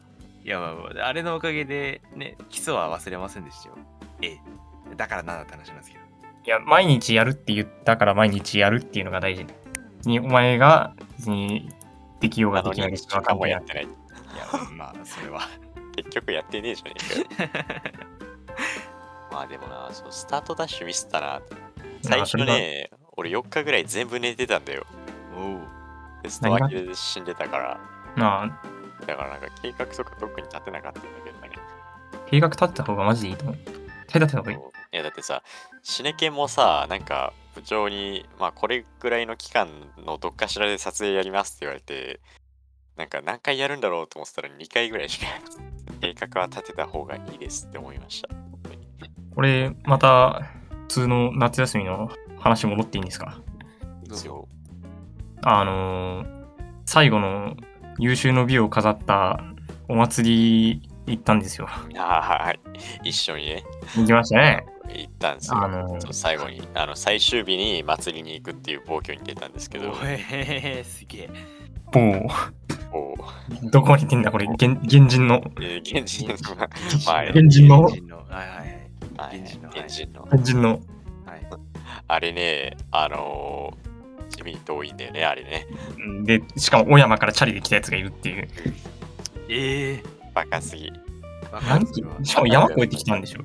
S2: いや、まあまあ、あれのおかげで、ね、基礎は忘れませんでしたよ。ええ。だからなんだって話なんですけど。
S3: いや毎日やるって言ったから毎日やるっていうのが大事にお前が別にできようが
S1: あ
S3: で
S1: の
S3: きない
S1: 2
S3: しわ
S1: 時間
S3: かんな
S1: も
S3: い
S1: や
S3: や
S1: ってない。
S2: い や、まあ、それは。
S1: 結局やってねえじゃねえかよ。 まあでもな、そうスタートダッシュミスったなって。最初ね、俺4日ぐらい全部寝てたんだよ。
S2: おう。
S1: テスト明けで死んでたから。
S3: まあ
S1: だからなんか計画とか特に立てなかったんだけどね。
S3: 計画立てた方がマジでいいと思う手立てた方がいい
S1: いやだってさ、シネケンもさ、なんか部長に、まあこれぐらいの期間のどっかしらで撮影やりますって言われて、なんか何回やるんだろうと思ってたら2回ぐらいしかやらず計画は立てた方がいいですって思いました。本当に
S3: 俺また普通の夏休みの話戻っていいんですか
S2: どうぞ
S1: 一応
S3: あのー最後の優秀の美を飾ったお祭り行ったんですよ
S1: あーはい。一緒にね、
S3: 行きましたね
S1: 行ったんですよ。
S3: あのー
S1: そう最後に、あの最終日に祭りに行くっていう暴挙に出たんですけど、
S2: おえすげえ。
S3: 某
S1: お
S3: どこに行ってんだこれ現現人の
S1: ーえー現人の、まあ
S3: 現人の
S2: 現人の。はいはい
S1: はい
S2: 現人のはい
S1: 現人の、
S3: 現人の
S2: はい。はい
S1: あれね、あのー自民党員だよね、あれね。
S3: でしかも小山からチャリで来たやつがいるっていう
S2: ええ
S1: バカすぎ。
S2: バカ
S3: 何
S2: それは
S3: しかも山越えてきたんでしょ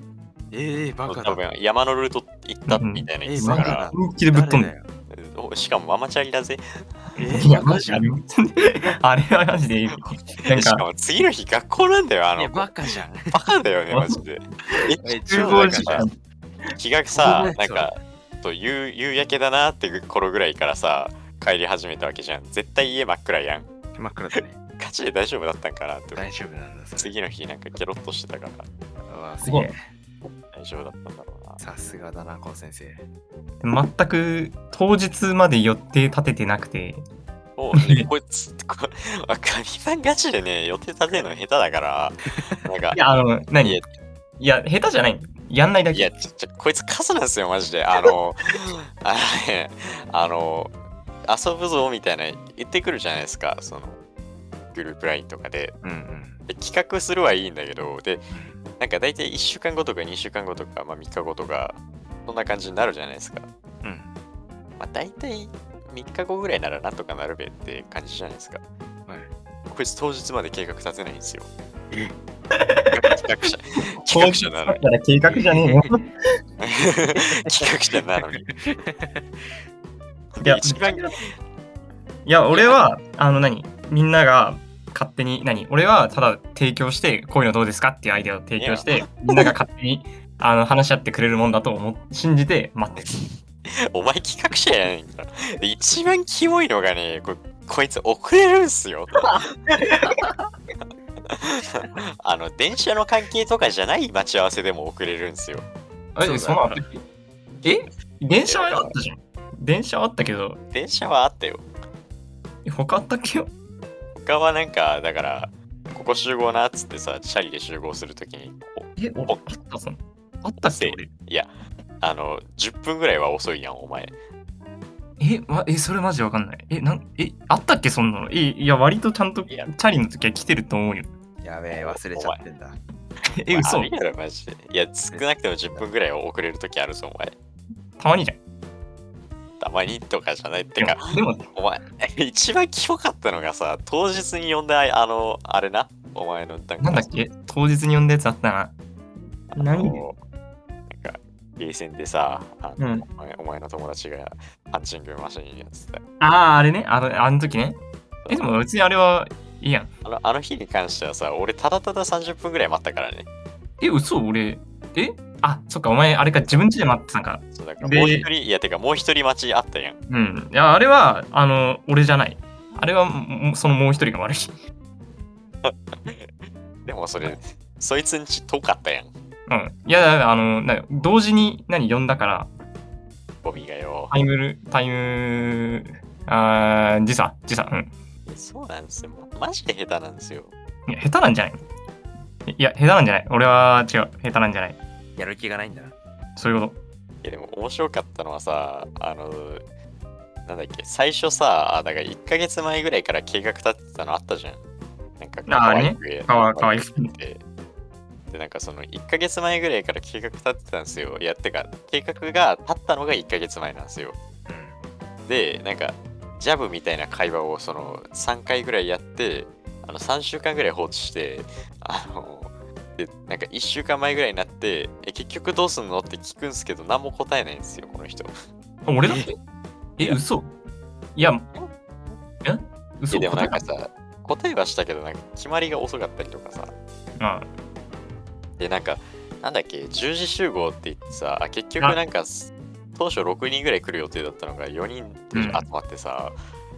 S2: ええバカ
S1: 多
S2: だ。
S1: 分山のルート行ったみたいな言ってたから、
S3: 本気でぶっ飛ん
S2: 誰だ
S3: で
S2: よ。
S1: おしかもママチャリだぜ。
S2: ええ
S3: いや
S2: バ
S3: マ
S2: カ
S3: ジ
S2: じゃ
S3: で あ
S2: ん。
S3: れはあれはマジでなん
S1: しか
S3: か
S1: も次の日学校なんだよ、あ
S2: いや
S1: の子。
S2: バカじゃん。
S1: バカだよね、マジで。
S2: え
S3: 集
S2: 超
S3: 合
S2: バカ
S3: 時
S2: じ
S3: 間
S2: ゃん
S1: 気がさ、
S2: こ
S1: なん
S2: このや
S1: か、と夕夕焼けだなって頃ぐらいからさ、帰り始めたわけじゃん。絶対家真っ暗やん。
S2: 真っ暗だね。
S1: ガチで大丈夫だったんかなって。
S2: 大丈夫なんだ。それ
S1: 次の日なんかゲロッとしてたから
S2: うわすげえ。
S1: 大丈夫だったんだろうな。
S2: さすがだな、こう先生。
S3: 全く当日まで予定立ててなくて
S1: もう ね、こいつ、こあかみさんガチでね、予定立てるの下手だ から、なんか
S3: い、や、あの、何
S1: い
S3: いや、下手じゃない。やんないだ
S1: いや、
S3: け。
S1: ちょ、ちょ、こいつカスなんですよ、マジで。あの、あのね、あの、遊ぶぞみたいな言ってくるじゃないですか、その、グループラインとかで。
S2: うんうん。
S1: で企画するはいいんだけど、で、なんか大体1週間後とか2週間後とか、まあ3日後とか、そんな感じになるじゃないですか。
S2: うん。
S1: まあ大体、 3日後ぐらいならなんとかなるべって感じじゃないですか。
S2: はい。
S1: こいつ当日まで計画立てないんですよ。
S2: え
S1: 企画者、企画者なのに。
S3: だから計画じゃねえよ。
S1: 企画者なのに。
S3: いや
S1: 一番、
S3: いや、俺は、あの何、みんなが勝手に、何、俺はただ提供して、こういうのどうですかっていうアイデアを提供して、みんなが勝手にあの話し合ってくれるもんだと思っ信じて待ってる。
S1: お前企画者やないんだ。で一番キモいのがね、ここいつ遅れるんすよ。あの、電車の関係とかじゃない待ち合わせでも遅れるんすよ。
S3: え、
S2: そうだ
S3: その後え電車はあったじゃん。電車はあったけど、
S1: 電車はあったよ。
S3: え他あったっけよ
S1: 他はなんか、だから、ここ集合なっつってさ、チャリで集合するときに、お
S3: え、俺あったその。あったっけ俺
S1: あの、10分ぐらいは遅いやん、お前。
S3: え、ま、え、それマジわかんない。え、なん、え、あったっけそんなの。え、いや、割とちゃんと
S1: い
S3: チ
S1: や
S3: ャリの時は来てると思うよ。
S2: やべえ、忘れちゃってんだ。
S3: え、嘘
S1: あ。るやろ、マジで。いや、少なくても10分ぐらいは遅れるときあるぞ、お前。
S3: たまにじゃん。
S1: たまにとかじゃないって
S3: で
S1: か、
S3: も、でも
S1: お前、 一番キモかったのがさ、当日に呼んだ、あの、あれな、お前の、なんか
S3: なんだっけ当日に呼んだやつあったな。
S1: あの
S3: 何
S1: なんか、ゲーセンでさ、あの
S3: うん
S1: お前お前の友達がパンチングマシンやってた。
S3: ああ、あれね。あの、あの時ね。え、でも別にあれはいいやん。
S1: あのあの日に関してはさ、俺ただただ30分ぐらい待ったからね。
S3: え、嘘俺。えあ、そっか、お前、あれか、自分家で待ってたんか。
S1: そうだからもう一
S3: で
S1: 人、いや、てかもう一人待ちあったやん。
S3: うん。いや、あれは、あの、俺じゃない。あれは、もそのもう一人が悪い。
S1: でもそれ、そいつんち遠かったやん。
S3: うん。いや、だからあの、な同時に何呼んだから、
S1: ゴミがよ。
S3: タイムル、タイム、あー時差、時差。うん。
S1: そうなんですよ。マジで下手なんですよ。
S3: いや、下手なんじゃないいや、下手なんじゃない。俺は違う。下手なんじゃない。
S2: やる気がないんだな。
S3: そういうこ
S1: いやでも面白かったのはさ、あの、なんだっけ、最初さ、だから1ヶ月前ぐらいから計画立ってたのあったじゃん。なんか
S3: ああれね
S1: 可愛く
S3: と。かわかわいい。
S1: で、でなんかその1ヶ月前ぐらいから計画立ってたんですよ。いや、ってか、計画が立ったのが1ヶ月前なんですよ。で、なんか、ジャブみたいな会話をその3回ぐらいやって、あの3週間ぐらい放置して、あの、で、なんか1週間前ぐらいになって、え、結局どうすんのって聞くんですけど、何も答えないんですよ、この人。
S3: あ俺だってえ、嘘いや、え
S1: いや
S3: 嘘
S1: でもなんか
S3: 答
S1: さ、答えはしたけど、なんか決まりが遅かったりとかさ、
S3: えなうん
S1: でなんかなんだっけ10時集合って言ってさあ結局なんかす当初6人ぐらい来る予定だったのが4人
S3: うん
S1: 集まってさ、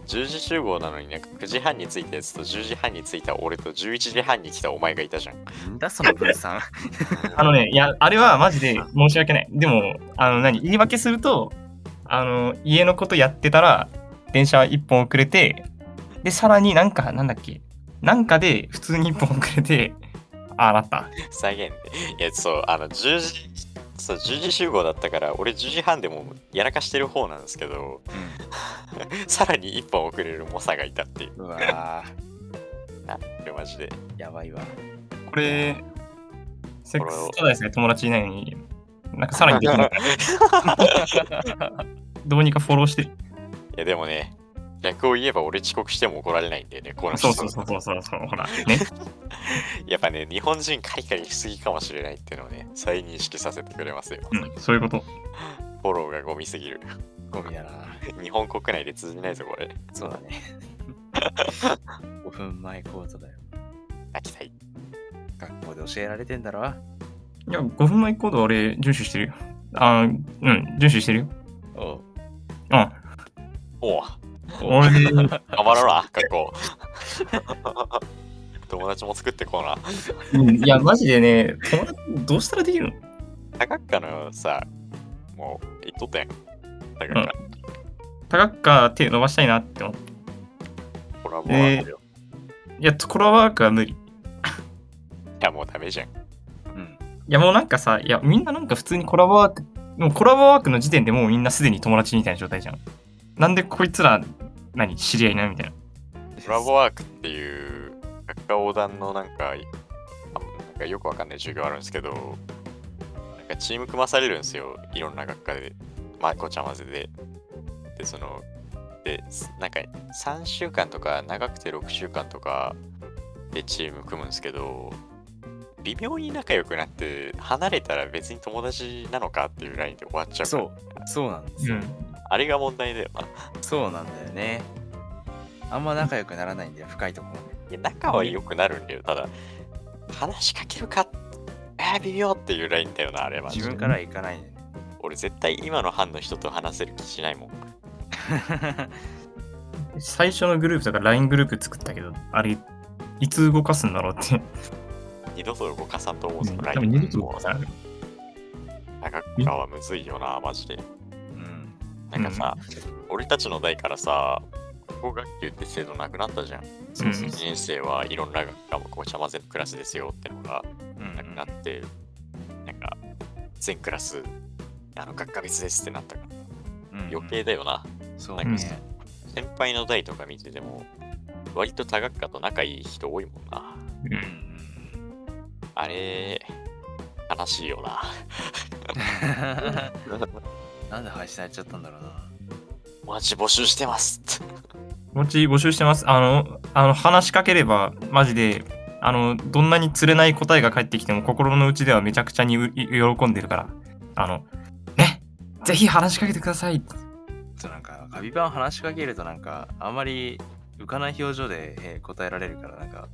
S1: 10時集合なのになんか9時半に着いたやつと10時半に着いた俺と11時半に来たお前がいたじゃん。
S2: なんだその分散。
S3: あのね、いや、あれはマジで申し訳ない。でも、あの、何、言い訳すると、あの、家のことやってたら、電車一本遅れて、で、さらになんか、なんだっけ、なんかで、普通に一本遅れて、ああ、なった。
S1: 再現で。いやそうあの10時そう10時集合だったから俺10時半でもうやらかしてる方なんですけど さらに1本遅れる猛者がいたっていう
S2: うわ
S1: これマジで
S2: ー、やばいわ。
S3: これ、セック
S1: これを
S3: スただですね、友達いないのに、なんかさらにでき ない。どうにかフォローしてる。
S1: いやでもね逆を言えば俺遅刻しても怒られないんだよねこうな
S3: そうそうそうそうそうそう、ほら、ね。
S1: やっぱね、日本人カリカリしすぎかもしれないっていうのをね、再認識させてくれますよ。
S3: うん、そういうこと。
S1: フォローがゴミすぎる。
S2: ゴミだな。
S1: 日本国内で通じないぞ、これ。
S2: そうだ ね。5分前コートだよ。
S1: 泣きたい。
S2: 学校で教えられてんだろ。
S3: いや、5分前行動俺、遵守してるよ。あーうん、遵守してるよ。
S2: おう
S3: うん。
S1: おう、
S3: 俺、
S1: 頑張ろうな、学校。 友達も作ってこうな。
S3: うんいや、マジでね、友達どうしたらできるの
S1: 高っかのさ、もう、言っとったやん。高っか、
S3: 高くか手伸ばしたいなって思って。
S1: コラボワークよ。
S3: いや、コラボワークは無理。い
S1: いや、もうダメじゃん。
S2: うん。
S3: や、もうなんかさ、いや、みんななんか普通にコラボワーク、もうコラボワークの時点でもうみんなすでに友達みたいな状態じゃん。なんでこいつら、何、知り合いなみたいな。
S1: コラボワークっていう、学科横断のなんか、あなんかよくわかんない授業あるんですけど、なんかチーム組まされるんですよ、いろんな学科で。まあ、ごちゃ混ぜで。で、その、ってすなんか3週間とか長くて6週間とかでチーム組むんですけど微妙に仲良くなって離れたら別に友達なのかっていうラインで終わっちゃうから
S2: そう、そうなんですよ。
S3: うん。
S1: あれが問題だよな
S2: そうなんだよね。あんま仲良くならないんだよ、深いところ。
S1: いや仲は良くなるんだよただ話しかけるかあー微妙っていうラインだよなあれは
S2: 自分から行かないね。
S1: 俺絶対今の班の人と話せる気しないもん
S3: 最初のグループとか LINE グループ作ったけど、あれ、いつ動かすんだろうって。
S1: 二度と動かさんと思うそのライ
S3: 多
S1: ン
S3: 分二度と動かさない。
S1: 長川はむずいよなマジで
S2: うん。
S1: なんかさ、俺たちの代からさ高学級って制度なくなったじゃん
S3: そうそう
S1: 1年生はいろんな科目をちゃ混ぜのクラスですよってのが
S2: うん
S1: なくなって、なんか全クラスあの学科別ですってなったから
S2: うん
S1: 余計だよな、
S2: そう
S1: なんか
S2: ね
S1: さ。先輩の代とか見てても割と多学科と仲いい人多いもんな
S3: う
S2: うん
S3: ん
S1: あれ悲しいよ な
S2: なんで配信されちゃったんだろうな。
S1: マジ募集してますって
S3: お持ち募集してます。あの、あの話しかければ、マジで、あの、どんなに釣れない答えが返ってきても、心の内ではめちゃくちゃにうい喜んでるから、あの、ね、ぜひ話しかけてください。
S2: そうなんか、カビ版話しかけるとなんか、あんまり浮かない表情で、えー答えられるから、なんか、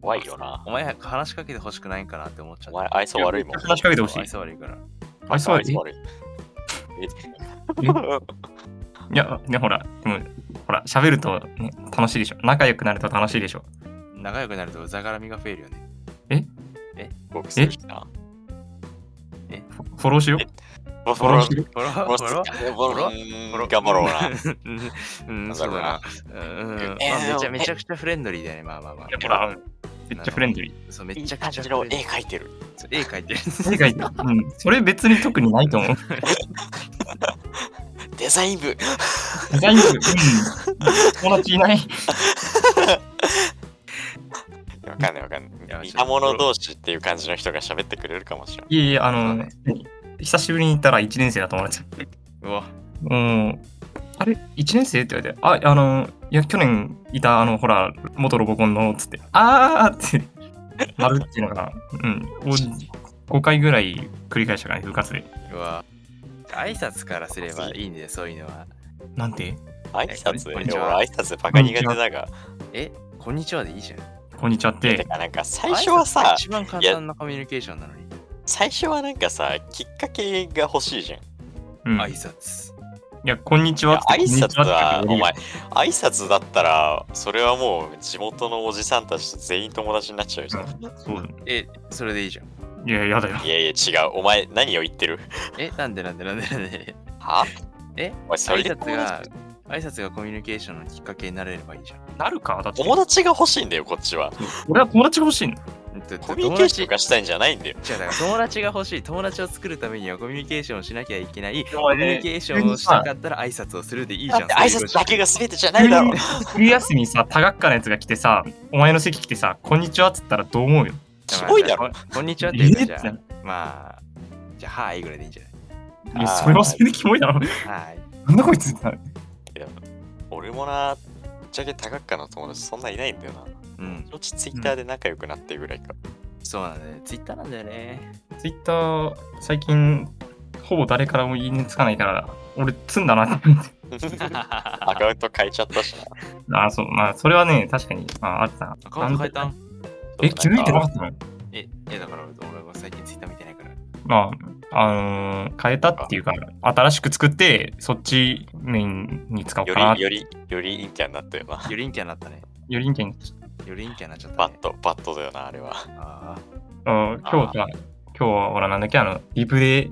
S1: 怖いよな
S2: お前話しかけてほしくないんかなって思っちゃ
S1: お
S2: う。
S1: 前愛想悪いもん
S3: 話しかけてほしい
S2: 愛。想悪いから。
S3: 愛想悪い。
S1: 悪い
S3: えいや、ね、ほら、でも、ほら、喋ると、ね、楽しいでしょ。仲良くなると楽しいでしょ。
S2: 仲良くなるとうざがらみが増えるよね。
S1: 僕するしな
S3: フォフォローしよう。
S1: フ
S3: フォローしよう。
S2: フォロー
S1: ボ
S2: フ
S1: ス
S2: ォロー
S1: ボロ
S2: フォロー
S1: 頑張ろうな。
S2: うんうん、そうだな。うん、うん
S1: えー
S2: まあめちゃめちゃくちゃフレンドリーだね、まあまあまあ。
S3: ほら、うんめっちゃフレンドリー。
S2: そう、め
S1: い
S2: っ
S1: い
S2: ちゃ
S1: 感
S2: くち
S1: じ
S2: ゃ
S1: の
S2: フレンド
S1: 絵
S2: リー。
S1: 描いてる。
S2: 絵描いてる。
S3: 世界 うん、それ別に特にないと思う。
S1: デザイン部。
S3: デザイン部、うん、友達いない。
S1: わかんないわかん
S2: い
S1: な
S2: や
S1: い。似た者同士っていう感じの人が喋ってくれるかもしれない。
S3: いえいえ、あ
S2: そう
S3: の
S2: ね、
S3: 久しぶりに行ったら1年生だと思われちゃう。
S2: うわ、
S3: もう、あれ ?1 年生って言われて、あ、あの、いや、去年いた、あの、ほら、元ロボコンの、つって、あーって、なるっていうのが、うん、5回ぐらい繰り返したからね、部活で。
S2: うわ。挨拶からすればいいんだよ、そういうのは。
S3: なんて、
S1: 挨
S2: こん
S1: 拶
S2: にち
S1: でも
S2: は
S1: 挨拶バカ苦手だが。
S2: え、こんにちはでいいじゃん。
S3: こんにちはってて、
S1: かなんか最初はさ
S2: 挨拶が、一番簡単なコミュニケーションなのに。
S1: 最初はなんかさ、きっかけが欲しいじゃん。
S3: うん、
S2: 挨
S3: い
S2: 拶。
S3: や、こんにちはっ
S1: 挨
S3: て、こんにち
S1: 拶は、お
S3: 言えるよ
S1: 前、挨拶だったら、それはもう地元のおじさんたちと全員友達になっちゃうじゃん。
S3: そう
S2: え、それでいいじゃん。
S3: いや、やだよ。
S1: いやいや、違う。お前、何を言ってる
S2: え、なんでなんでなんでなんで。
S1: は
S2: え、
S1: お前、そ
S2: 挨
S1: れで
S2: 拶
S1: 友
S2: が
S1: 達、
S2: 挨拶がコミュニケーションのきっかけになれればいいじゃん。
S3: なるかだって、
S1: 友達が欲しいんだよ、こっちは。
S3: 俺は友達が欲しいの。
S2: うんと
S1: コミュニケーション
S2: 友達
S1: がしたいんじゃないんだよ。
S2: 違うだから友達が欲しい友達を作るためにはコミュニケーションをしなきゃいけないコ
S3: お
S2: ミュニケーションをしたかったら挨拶をするでいいじ
S1: だ
S2: ゃ
S1: っ
S2: ん
S1: て挨拶だけが全てじゃないだろ。
S3: 冬休みにさ、多学科のやつが来てさ、お前の席来てさ、こんにちはっつったらどう思うよ。
S1: すごいだろ。
S2: ここんにちはって言うか
S3: え
S2: じゃあまあじゃあはいぐらいでいいんじゃない
S3: いや、それはそれでキモいだろ。
S2: はい
S3: なんだこいつってなる。
S1: 俺もな、ぶっちゃけ多学科の友達そんないないんだよな。
S2: うん
S1: そのうちツイッターで仲良くなってぐらいか。
S2: そうなんだよツイッターなんだよね
S3: ツイッター、最近、ほぼ誰からもいいねつかないから、俺、詰んだなって 思って。
S1: アカウント変えちゃったしな。
S3: ああ、そう、まあ、それはね、確かに、まあ、あった。
S2: アカウント変えた
S3: あの
S2: ん
S3: え、気づいてなか
S1: ん
S3: ったの
S2: ええだから俺は最近ツイッター見てないから
S3: まあ、あのー変えたっていうか、新しく作って、そっちメインに使おうか
S1: よ
S3: な。
S1: り、より、より陰キャになったよな。
S2: よりんキャになったね
S3: よりんけん。
S2: よりんキャになっちゃった
S1: バ
S2: ね
S1: ット、バットだよな、あれは。
S2: あ
S3: あ今日さ、今日はほら、なんだっけ、あの、リプで、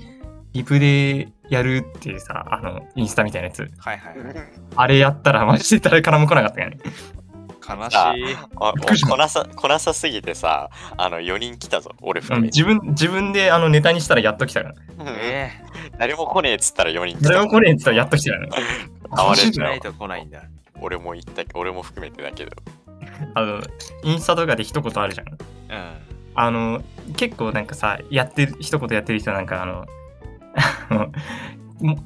S3: リプでやるっていうさ、あの、インスタみたいなやつ。
S2: あはいはいはい
S3: あれやったら、マジで誰からも来なかったよね。
S2: 悲しい
S1: あ
S3: びっくりした
S1: こなさ、こなさすぎてさ、あの、4人来たぞ、俺
S3: う
S1: 含
S3: ん
S1: め。
S3: 自分、自分であのネタにしたらやっと来たから。
S1: うん
S2: え
S1: 誰も来ねえっつったら4人来
S3: 誰も
S1: た。
S3: 来ねえって言ったらやっと来たよね。
S1: 哀れ
S2: え
S1: ん
S2: し
S1: だ
S2: ない
S1: よ。
S2: と来ないんだ
S1: 俺も言ったけ俺も含めてだけど。
S3: あの、インスタとかで一言あるじゃん。
S2: うん
S3: あの、 結構なんかさ、やってる、一言やってる人なんかあの、あのも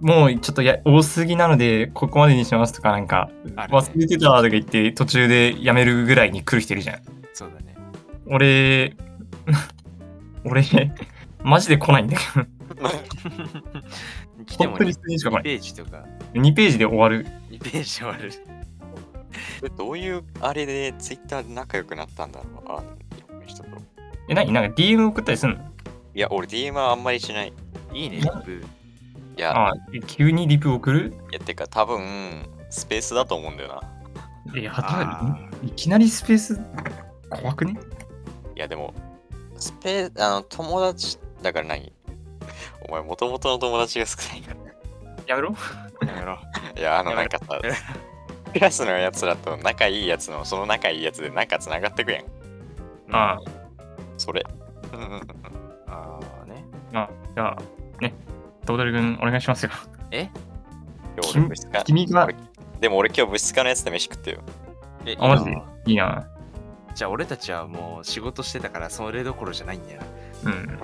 S3: もうちょっとや多すぎなので、ここまでにしますとか、なんか、
S2: あるね
S3: 忘れてたとか言って、途中でやめるぐらいに来る人いるじゃん。
S2: そうだ ね。
S3: 俺、俺、マジで来ないんだけど、
S2: 来て
S3: 本
S2: も
S3: 当に
S2: 2
S3: 数人しか来ない。
S2: ページとか、
S3: 2ページで終わる。
S2: 2ページ終わる。
S1: どういうあれでツイッターで仲良くなったんだろうあいろんな人と。
S3: え、何なんか DM 送ったりすんの
S1: いや、俺 DM はあんまりしない。
S2: いいね、リ
S3: な
S2: プ。
S1: いや、
S3: あえ急にリプ送る
S1: いやてか多分スペースだと思うんだよな。
S3: え、や
S2: あ
S3: ばい。いきなりスペース、怖くね
S1: いやでも、スペーあの友達だから何お前もともとの友達が少ないか
S3: やめろ
S2: やめろ。
S1: ら。い や、あのな
S2: やば
S1: ん
S2: い
S1: かさ、クラスのやつらと仲いいやつのその仲いいやつで仲つながってくやん。
S3: あ
S1: それ。
S2: あーね。
S3: あ、あじゃあ、ね、トータル君、お願いしますよ。
S1: 今日俺
S3: 君
S1: 物質化
S3: 君が
S1: 俺でも俺今日物質化のやつで飯食ってよ。
S2: え、
S3: あマ
S2: い
S3: ジ
S2: いない
S3: いな。
S2: じゃあ俺たちはもう仕事してたから、それどころじゃないんだよな。
S3: うん。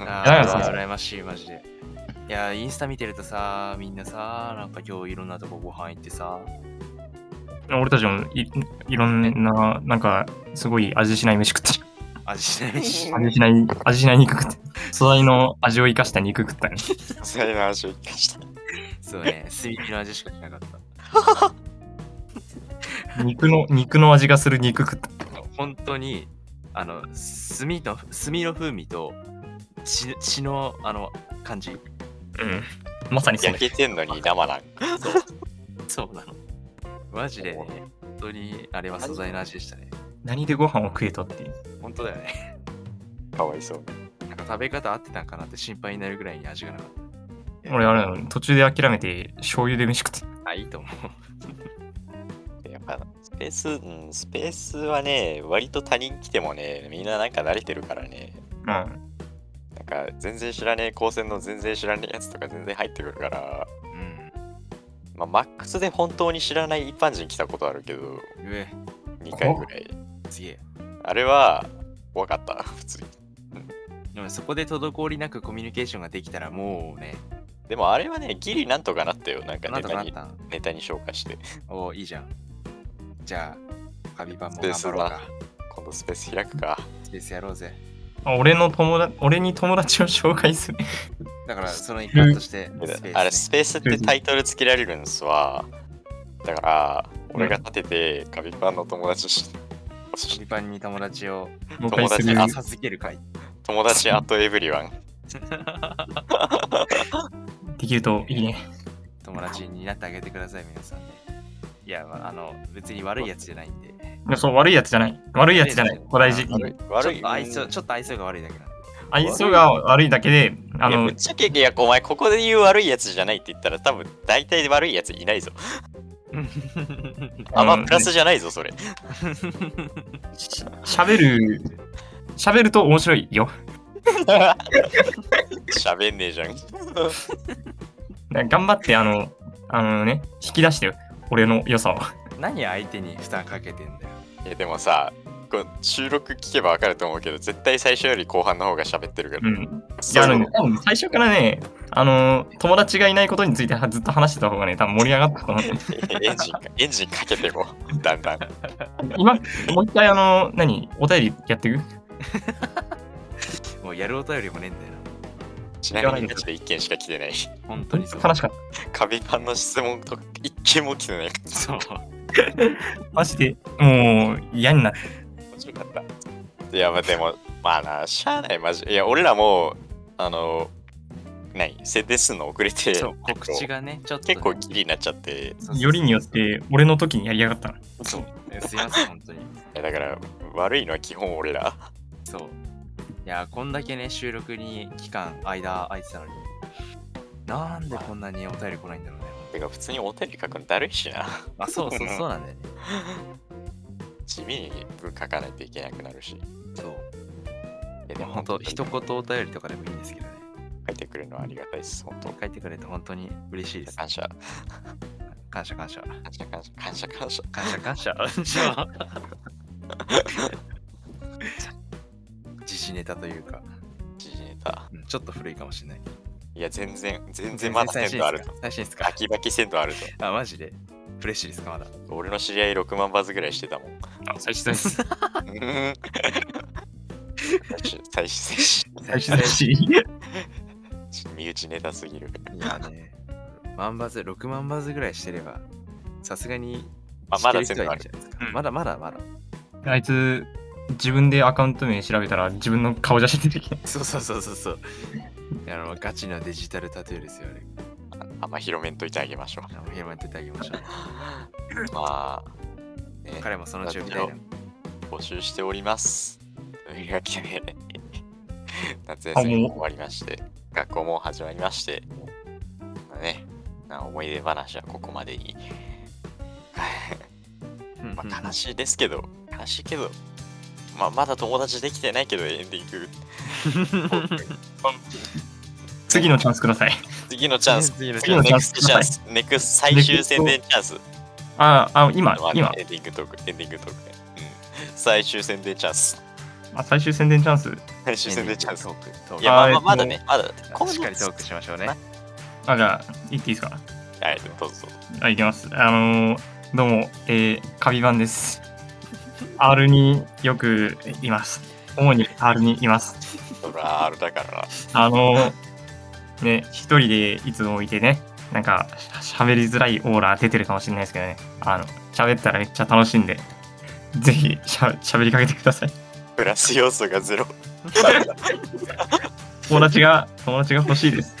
S1: あ
S3: や
S2: あ
S3: そう
S2: あ、
S3: そう
S2: 羨ましい、マジで。いや、インスタ見てるとさ、みんなさ、なんか今日いろんなとこご飯行ってさ、
S3: 俺たちもいいろんな、なんか、すごい味しない飯食った。
S2: 味しないし。
S3: 味しない、味しない肉食った。素材の味を生かした肉 食ったね。
S1: そういう話を一回した。
S2: そうね、炭火の味しかしなかった。
S3: 肉の、肉の味がする肉食った。
S2: 本当に、あの、炭の、炭の風味と、血血の、あの、感じ。
S3: うん。まさにそ
S1: 焼
S3: れ。
S1: けてんのに生なん。
S2: そうなの。マジでね、本当に、あれは素材の味でしたね。
S3: 何でご飯を食えとっていう。
S2: 本当だよね。
S1: かわいそう。
S2: なんか食べ方合ってたんかなって心配になるぐらいに味がなかっ
S3: 俺、あれなの、途中で諦めて、醤油で飯食った。
S2: た。あ、いいと思う。
S1: やっぱスペース、うん、スペースはね、割と他人来てもね、みんななんか慣れてるからね、
S3: うん。
S1: なんか全然知らねえ高専の全然知らねえやつとか全然入ってくるから、
S2: うん。
S1: まあ、マックスで本当に知らない一般人来たことあるけど、
S2: うえ、
S1: 2回ぐらい。
S2: すげえ。
S1: あれは怖かった、普通に。
S2: でもそこで滞りなくコミュニケーションができたらもうね、
S1: でもあれはね、ギリなんとかなったよ、なんか
S2: な
S1: ネ
S2: んとか
S1: タ
S2: なっ
S1: に
S2: たん
S1: ネタに消化して。
S2: おお、いいじゃん。じゃあ、カビバンも
S1: スペー
S2: 頑
S1: ス
S2: 張ろうか。
S1: 今度スペース開くか。
S2: スペースやろうぜ。
S3: あ俺の友達、俺に友達を紹介する。
S2: だからその一環としてスペース、ね。
S1: あれ、スペースってタイトルつけられるんですわ。だから、俺が立てて、カビパンの友達し
S2: カビバンに友達を
S3: 紹介する。
S1: 友達
S2: 授ける会。
S1: 友達アットエブリワン。
S3: できるといいね。
S2: 友達になってあげてください、皆さんね。いや、まあ、あの、別に悪いやつじゃないんで。
S3: いやそう、悪いやつじゃない。悪いやつじゃない。大事。
S1: 悪い。悪い
S2: ちょっと愛想、ちょっと愛想が悪いだけなんで。
S3: 愛想が悪いだけで、あ
S1: いや
S3: の
S1: ぶっ、ちゃけ、いや、お前、ここで言う悪いやつじゃないって言ったら、多分大体悪いやついないぞ。 あんまプラスじゃないぞ、それ。
S3: しゃべる、しゃべると面白いよ。
S1: 喋んねえじゃん。
S3: だから頑張って、あの、あのね、引き出してよ。俺の良さを。
S2: 何相手に負担かけてんだよ。
S1: いや、でもさ、こう収録聞けばわかると思うけど、絶対最初より後半の方が喋ってるから。
S3: うん。い
S1: そう
S3: や、あの、多分最初からね、あの、友達がいないことについてはずっと話してた方がね、多分盛り上がったと思う。
S1: エンジンか、エンジンかけてこう、だんだん。
S3: 今、もう一回、あの、何、お便りやってく
S2: もうやるお便りもねえんだよ
S1: ち なみに、マジで一件しか来てない。
S2: な。本当にそう。
S3: 悲しかっ
S1: カビパンの質問とか一件も来てない。
S2: そう。
S3: た。マジで、もう嫌になって。
S1: 面白かった。いや、まあでも、まあな、しゃあない、マジ。いや、俺らも、あの、何、設定するの遅れて、
S2: そう、告知
S1: が
S2: がね、ちょっとね、
S1: 結構ギリになっちゃって、い
S2: そうそうそう
S3: よりによっ。て、俺の時にやりやがったな。
S2: そう。えすいません、本当に。
S1: やだから、悪いのは基本俺ら。
S2: そう。いや、こんだけね、収録に期間、間空いてたのに、なんでこんなにお便り来ないんだろうね。
S1: てか、普通にお便り書くのだるいしな。
S2: あ、そうそう、そうなんだよね。
S1: 地味に文書かないといけなくなるし。い
S2: そう。
S1: や、
S2: い
S1: で
S2: や、
S1: も
S2: 本当
S1: 書
S2: 一言お便りとかでもいいんですけどね。
S1: いてくるのはありがたいです、本当。
S2: 書いてくれて本当に嬉しいです。
S1: 感謝、
S2: 感謝感謝。
S1: 感謝、感謝、感謝、感謝。
S2: 感謝感謝。感謝時事ネタというか、
S1: 時事ネタ。
S2: うんちょっと古いかもしれない。
S1: いいや、全然、全然まだ鮮
S2: 最新
S1: 度あ
S2: で
S1: る
S2: す
S1: と
S2: か。最新ですか
S1: バキバキ鮮度あると。
S2: あ、マジでフレッシュですかまだ。
S1: 俺の知り合い6万バズぐらいしてたもん。
S3: あ最新です。
S1: うん最新接
S3: 最新
S2: で。
S3: ですす。
S1: 身内ネタすぎる。
S2: いやね、万バズ、6万バズぐらいしてれば、さすがに、
S1: まあ、まだ鮮度あ
S2: 知って
S1: る。
S2: る人はいいんじゃないですか
S3: うん
S2: まだまだまだ。
S3: あいつ、自分でアカウント名調べたら自分の顔写真出てきた。
S2: そうそうそうそうそう。あの、ガチなデジタルタトゥーですよ、あれ。
S1: あんま広めんといてあげましょ
S2: あの、広めてってあげま しょう。
S1: う。まあ、ね、
S2: 彼もそのうちみたいな。
S1: 募集しております。というわけで、 夏休みも終わりまして、学校も始まりまして、まあね、まあ思い出話はここまでに。
S2: うん
S1: まあ、
S2: う
S1: 悲
S2: ん
S1: しいですけど、悲しいけど、まあ、まだ友達できてないけど、エンディン グ。
S3: 次のチャンスください。
S1: 次のチャンス、
S2: 次の
S1: 次のネクストチャンス、ネクスト最終宣伝チャンス。
S3: あ、あ今、今、
S1: エンディングトーク、エンディングトークね。うん最終宣伝チャンス。
S3: あ最終宣伝チャンス。
S1: 最終宣伝チャンス
S2: ト。ークトーク
S1: いや、まあまあ
S3: あー
S1: まだね、まだ、
S2: あしっかりトークしましょうね。
S3: あ、じゃあ、言っていいですか
S1: はい、どうぞ。
S3: あ、いきます。あのーどうも、えー、カビ版です。R によくいます。主に R にいます。
S1: そら、あるだからな。
S3: あのーね、一人でいつもいてね、なんか、し喋りづらいオーラ出てるかもしれないですけどね、あの、喋ったらめっちゃ楽しいんで、ぜひしゃ喋りかけてください。
S1: プラス要素がゼロ。
S3: 友達が、友達が欲しいです。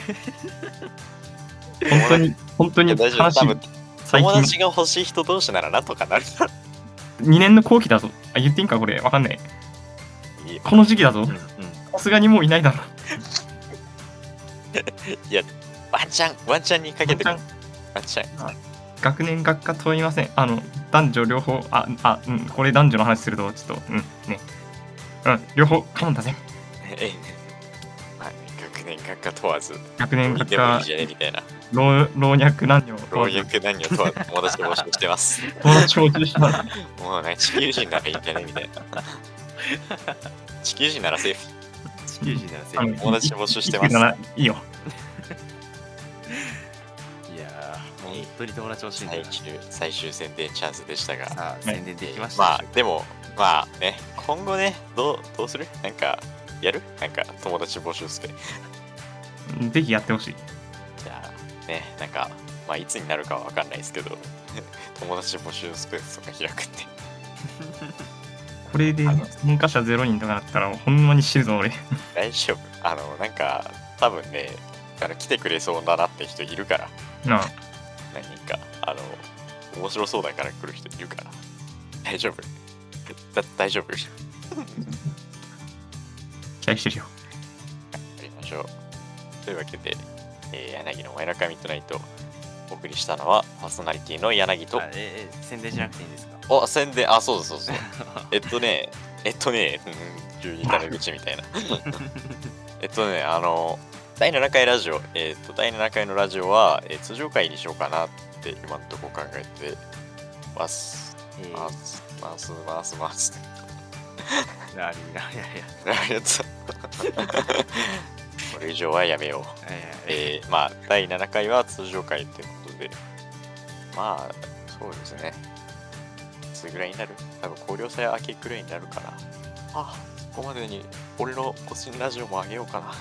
S3: 本当に、本当
S1: い
S3: に
S1: や、
S3: 悲
S1: 大
S3: し
S1: 丈夫。多
S3: い
S1: 分。
S3: 最
S1: 友
S3: 近、
S1: 達が欲しい人同士ならなんとかなる。
S3: 2年の後期だぞ。あ、言っていいんか、これ。わかんない。
S1: いや
S3: この時期だぞ
S2: うん。うん
S3: さすがにもういないだろ。
S1: ワンチャン、ワンチャンにかけて
S3: ワンチャン
S1: ワンチャン。
S3: 学年学科問いませんあの男女両方ああ、うん、これ男女の話するとちょっとうんねうん両方頼んだぜ
S1: ええまあ、学年学科問わず、
S3: 学年学
S1: でもいい
S3: 科
S1: じゃねみたいな。
S3: 老老若男女
S1: 老
S3: 友
S1: 若男女問わず友達が募集してます。
S3: 達を中心な
S1: もうね、地球人ならいいんじゃねみたいな。地球人ならセーフ。
S2: 地 球人なら正
S3: あ
S2: 義
S3: の
S1: 友達募集してます
S3: いいからいいよ
S2: いやー、本当に友達欲しいんだ
S1: 最
S2: よな。
S1: 終最終宣伝チャンスでしたが、
S2: さあ、宣伝できました。
S1: まあでも、まあね、今後ね、どうどうするなんか、やるなんか、友達募集して。
S3: ぜひやってほしい
S1: じゃあ、ね、なんか、まあ、いつになるかはわかんないですけど、 友達募集スペースとか開くって。
S3: これで
S1: あの
S3: 参加者0人とかなったらほんまに死ぬぞ俺
S1: 大丈夫。あの、なんか、多分ね、あの来てくれそうだなって人いるから、
S3: なあ
S1: 何人か。あの、面白そうだから来る人いるから。大丈夫。だ大丈夫。
S3: 期待してるよ
S1: やりましょう。というわけで、えー柳の真夜中ミッドナイト、お送りしたのはパーソナリティの柳と、
S2: あええ宣伝しなくていいんですか
S1: お、宣伝、あ、そうそうそう。えっとね、えっとね、うん急にタメ口みたいな。えっとね、あの、第7回ラジオ、えっと、第7回のラジオは、えー通常回にしようかなって今のとこ考えてます。
S2: ええ
S1: ます、ます、ます、ます。
S2: ありな、いやいや
S1: ありがとう。これ以上はやめよう。
S2: ええ
S1: えーまあ第7回は通常回ということでまあそうですねいつぐらいになる多分高陵祭明けぐらいになるかなあここまでに俺の個人ラジオもあげようかな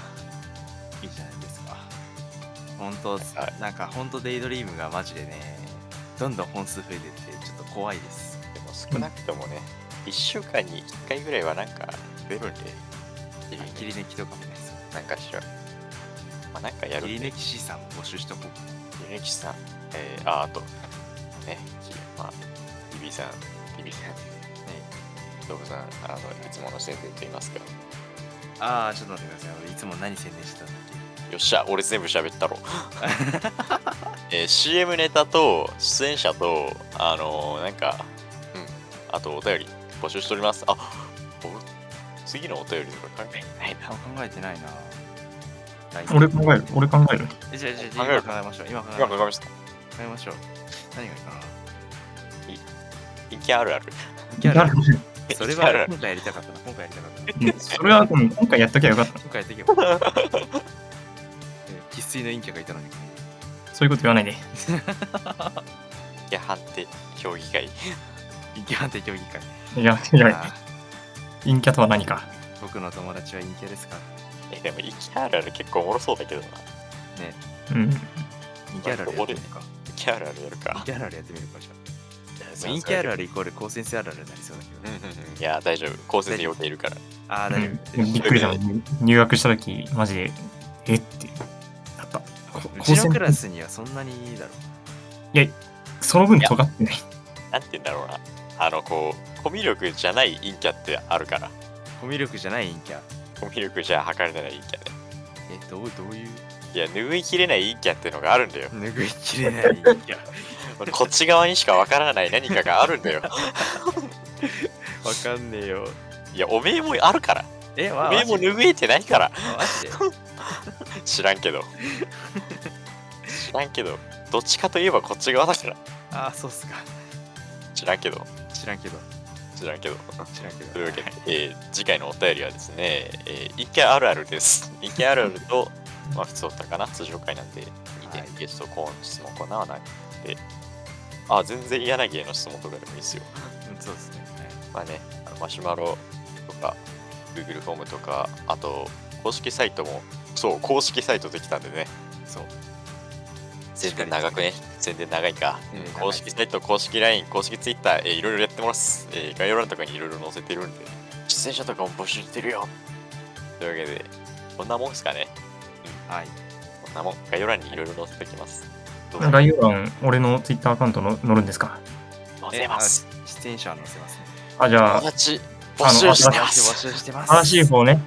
S1: い
S2: いじゃないですか。本当
S1: は、
S2: なんか本当デイドリームがマジでね、どんどん本数増えてって、ちょっと怖いです。
S1: でも少なくともね1週間に1回ぐらいはなんか出るんで
S2: 切り抜きとかもね、
S1: なんかしようまあなんかやるん
S2: 切
S1: で
S2: り抜き師さんも募集しとこう。
S1: ゆねきさん、えー、あ、あと、ね、きまあ、ビビさん、ビビさん、ね、ドブさん、あの、いつもの宣伝と言いますか、
S2: ああ、ちょっと待ってください。俺いつも何宣伝してたんだっ
S1: よっしゃ、俺全部喋ったろ。 えー CM ネタと出演者と、あのーなんか、うん、あとお便り募集しております。あ、お次のお便りとか考えてない
S2: け
S1: な
S2: あ。考えてないな。
S3: 俺考える俺考える
S2: え。じゃあ、じゃあ、
S1: 考える
S2: 今考えましょう。今考え
S1: 今
S2: まし
S1: 考え
S2: ょう。
S1: ました。
S2: 考えましょう。何がいいかな。
S1: 一見あるある。
S2: ギャラ
S3: ギャ
S2: それ
S1: ギャラ
S2: は今回やりたかったな。今回 やりたかったな。
S3: ラねそれはうん今回やっときゃよかった
S2: 今回やっていけば。えー喫粋な陰キャがいたのに。
S3: そういうこと言わないで。
S1: いや、判定、評議会。
S2: 陰キャ判定協議会。
S3: いや、いや、
S2: あ
S3: 陰キャとは何か。
S2: ー僕の友達は陰キャですか
S1: え、でも、イキャールある結構おもろそうだけどな。
S3: うん。
S2: 陰キャラルやってみるか。
S1: イキャールあるやるか
S2: 陰。キャラルやってみるかじゃあ。
S1: そう
S2: 陰キャラルイコール高専生あるあるになりそうだけど
S1: うんうん
S2: ね。
S1: うんいや、大丈夫。高専生よくいるから。
S2: ああ、
S3: う
S2: 大丈夫。
S3: んびっくりした。入学した時マジで、えってなった。こ
S2: うちのク
S3: 高
S2: ラ
S3: 専
S2: スにはそんなにいいだろ
S3: その分尖ってない。
S1: なんて言うんだろうな。あの、こう、コミュ力じゃない陰キャってあるから。
S2: う。コミュ力じゃない陰キャ。
S1: コミュ力じゃ測れない陰キャで。
S2: え、どうどういう
S1: いや、拭いきれない陰キャってのがあるんだよ。
S2: 拭いきれない陰キャ。
S1: こっち側にしかわからない何かがあるんだ よ。
S2: わかんねえよ。
S1: いや、おめえもあるから。
S2: え、わ
S1: お
S2: あ、
S1: めえも拭えてないから。
S2: マジで
S1: 知らんけど。知らんけど。どっちかといえばこっち側だから。
S2: ああ、そうっすか。
S1: 知らんけど。
S2: 知らんけど。
S1: 知らんけど。
S2: 知らんけど。
S1: というわけで、えー次回のお便りはですね、えー、一回あるあるです。一回あるあると、まあ、普通だったかな、通常回なんで、2点
S2: はい
S1: ゲストコーン質問コーナーはないで、あ、全然柳への質問とかでもいいですよ。
S2: うんそうですね。
S1: まあね、あのマシュマロとか、Google フォームとか、あと、公式サイトも、そう、公式サイトできたんでね、
S2: そう。
S1: 宣伝長くね、宣伝長いか。
S2: えー
S1: 公式サイト、公式 LINE、公式 Twitter、えーいろいろやってます。えー概要欄とかにいろいろ載せてるんで、出演者とかも募集してるよ。というわけで、こんなもんですかね。
S2: はい。
S1: こんなもん、概要欄にいろいろ載せておきます。どうぞ
S3: 概要欄、俺のツイッターアカウントの載るんですか
S1: 載せます。
S2: 出演者は載せますね。
S3: あ、じゃあ
S1: 友、達、募集してま
S2: 募
S1: す。
S2: 集してます。
S3: 新しい方ね。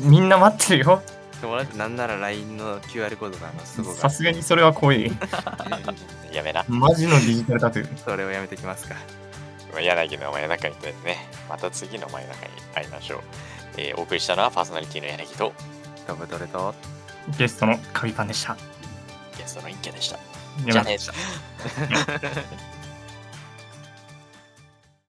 S3: みんな待ってるよ。
S2: 友達なんなら LINE の QR コードがあります。そこ
S3: さ
S2: が。
S3: すがにそれは濃い。
S1: やめな。
S3: マジのデジタルタトゥー。
S2: それをやめてきますか。
S1: 柳の真夜中にとってね、また次の真夜中に会いましょう。えーお送りしたのはパーソナリティの柳と
S2: ガブトレと。
S3: ゲストのカビパンでした。
S1: ゲストのインキャでした。
S3: やめ
S1: じゃ
S3: な
S1: あね。